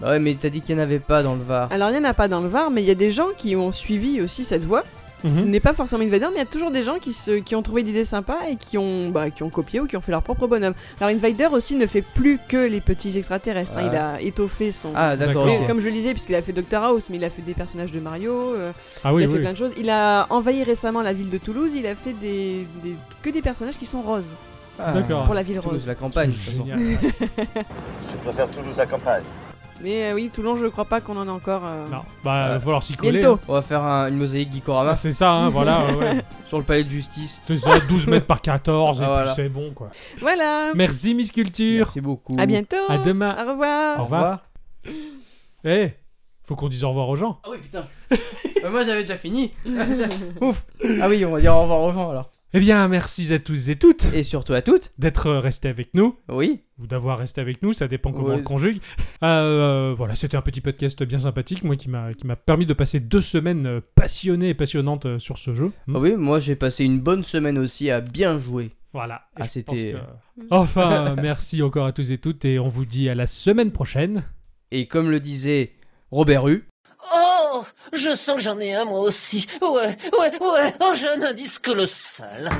[SPEAKER 4] Bah ouais, mais t'as dit qu'il n'y en avait pas dans le Var.
[SPEAKER 5] Alors il n'y en a pas dans le Var, mais il y a des gens qui ont suivi aussi cette voie. Ce
[SPEAKER 3] Mhm.
[SPEAKER 5] n'est pas forcément Invader, mais il y a toujours des gens qui, se, qui ont trouvé l'idée sympa et qui ont, bah, qui ont copié ou qui ont fait leur propre bonhomme. Alors Invader aussi ne fait plus que les petits extraterrestres, hein,
[SPEAKER 4] Ouais.
[SPEAKER 5] il a étoffé son...
[SPEAKER 4] Ah, d'accord,
[SPEAKER 5] Mais
[SPEAKER 3] d'accord.
[SPEAKER 4] ok.
[SPEAKER 5] Comme je le disais, puisqu'il a fait Doctor House, mais il a fait des personnages de Mario, euh,
[SPEAKER 3] Ah oui,
[SPEAKER 5] il a fait
[SPEAKER 3] oui.
[SPEAKER 5] plein de choses. Il a envahi récemment la ville de Toulouse, il a fait des, des- que des personnages qui sont roses,
[SPEAKER 4] Ah,
[SPEAKER 3] D'accord.
[SPEAKER 5] pour la ville rose.
[SPEAKER 4] Toulouse, la campagne. de toute
[SPEAKER 3] C'est
[SPEAKER 4] façon.
[SPEAKER 3] génial.
[SPEAKER 11] Je préfère Toulouse à campagne.
[SPEAKER 5] Mais euh, oui, Toulon, je crois pas qu'on en a encore... euh,
[SPEAKER 3] Non, bah,
[SPEAKER 4] Euh,
[SPEAKER 3] va falloir s'y coller.
[SPEAKER 5] Bientôt.
[SPEAKER 3] hein.
[SPEAKER 4] On va faire un- une mosaïque Gikorama
[SPEAKER 3] Ah, c'est ça, hein, voilà. ouais,
[SPEAKER 5] [LAUGHS]
[SPEAKER 3] ouais.
[SPEAKER 4] sur le palais de justice.
[SPEAKER 3] C'est ça, 12 mètres par 14, et
[SPEAKER 4] Ah,
[SPEAKER 3] puis
[SPEAKER 4] voilà.
[SPEAKER 3] c'est bon, quoi.
[SPEAKER 5] Voilà.
[SPEAKER 3] Merci, Miss Culture.
[SPEAKER 4] Merci beaucoup.
[SPEAKER 5] À bientôt.
[SPEAKER 3] À demain.
[SPEAKER 5] Au revoir.
[SPEAKER 3] Au revoir. Eh, faut qu'on dise au revoir aux gens.
[SPEAKER 4] Ah oui, putain. Bah, moi j'avais déjà
[SPEAKER 5] [LAUGHS]
[SPEAKER 4] fini. Ouf. Ah oui, on va dire au revoir aux gens alors.
[SPEAKER 3] Eh bien, merci à tous et toutes
[SPEAKER 4] Et surtout à toutes.
[SPEAKER 3] d'être restés avec nous.
[SPEAKER 4] Oui.
[SPEAKER 3] ou d'avoir resté avec nous, ça dépend comment
[SPEAKER 4] Ouais.
[SPEAKER 3] on le conjugue. Euh, voilà, c'était un petit podcast bien sympathique, moi qui m'a qui m'a permis de passer deux semaines euh, passionnées et passionnantes euh, sur ce jeu.
[SPEAKER 4] Ah oui, moi j'ai passé une bonne semaine aussi à bien jouer.
[SPEAKER 3] Voilà. et
[SPEAKER 4] Ah,
[SPEAKER 3] je
[SPEAKER 4] c'était-
[SPEAKER 3] pense que- Enfin, [LAUGHS] euh, merci encore à tous et toutes et on vous dit à la semaine prochaine.
[SPEAKER 4] Et comme le disait Robert Hu,
[SPEAKER 10] Oh Je sens que j'en ai un moi aussi. Ouais, ouais, ouais. Oh, j'ai un indice que le sale.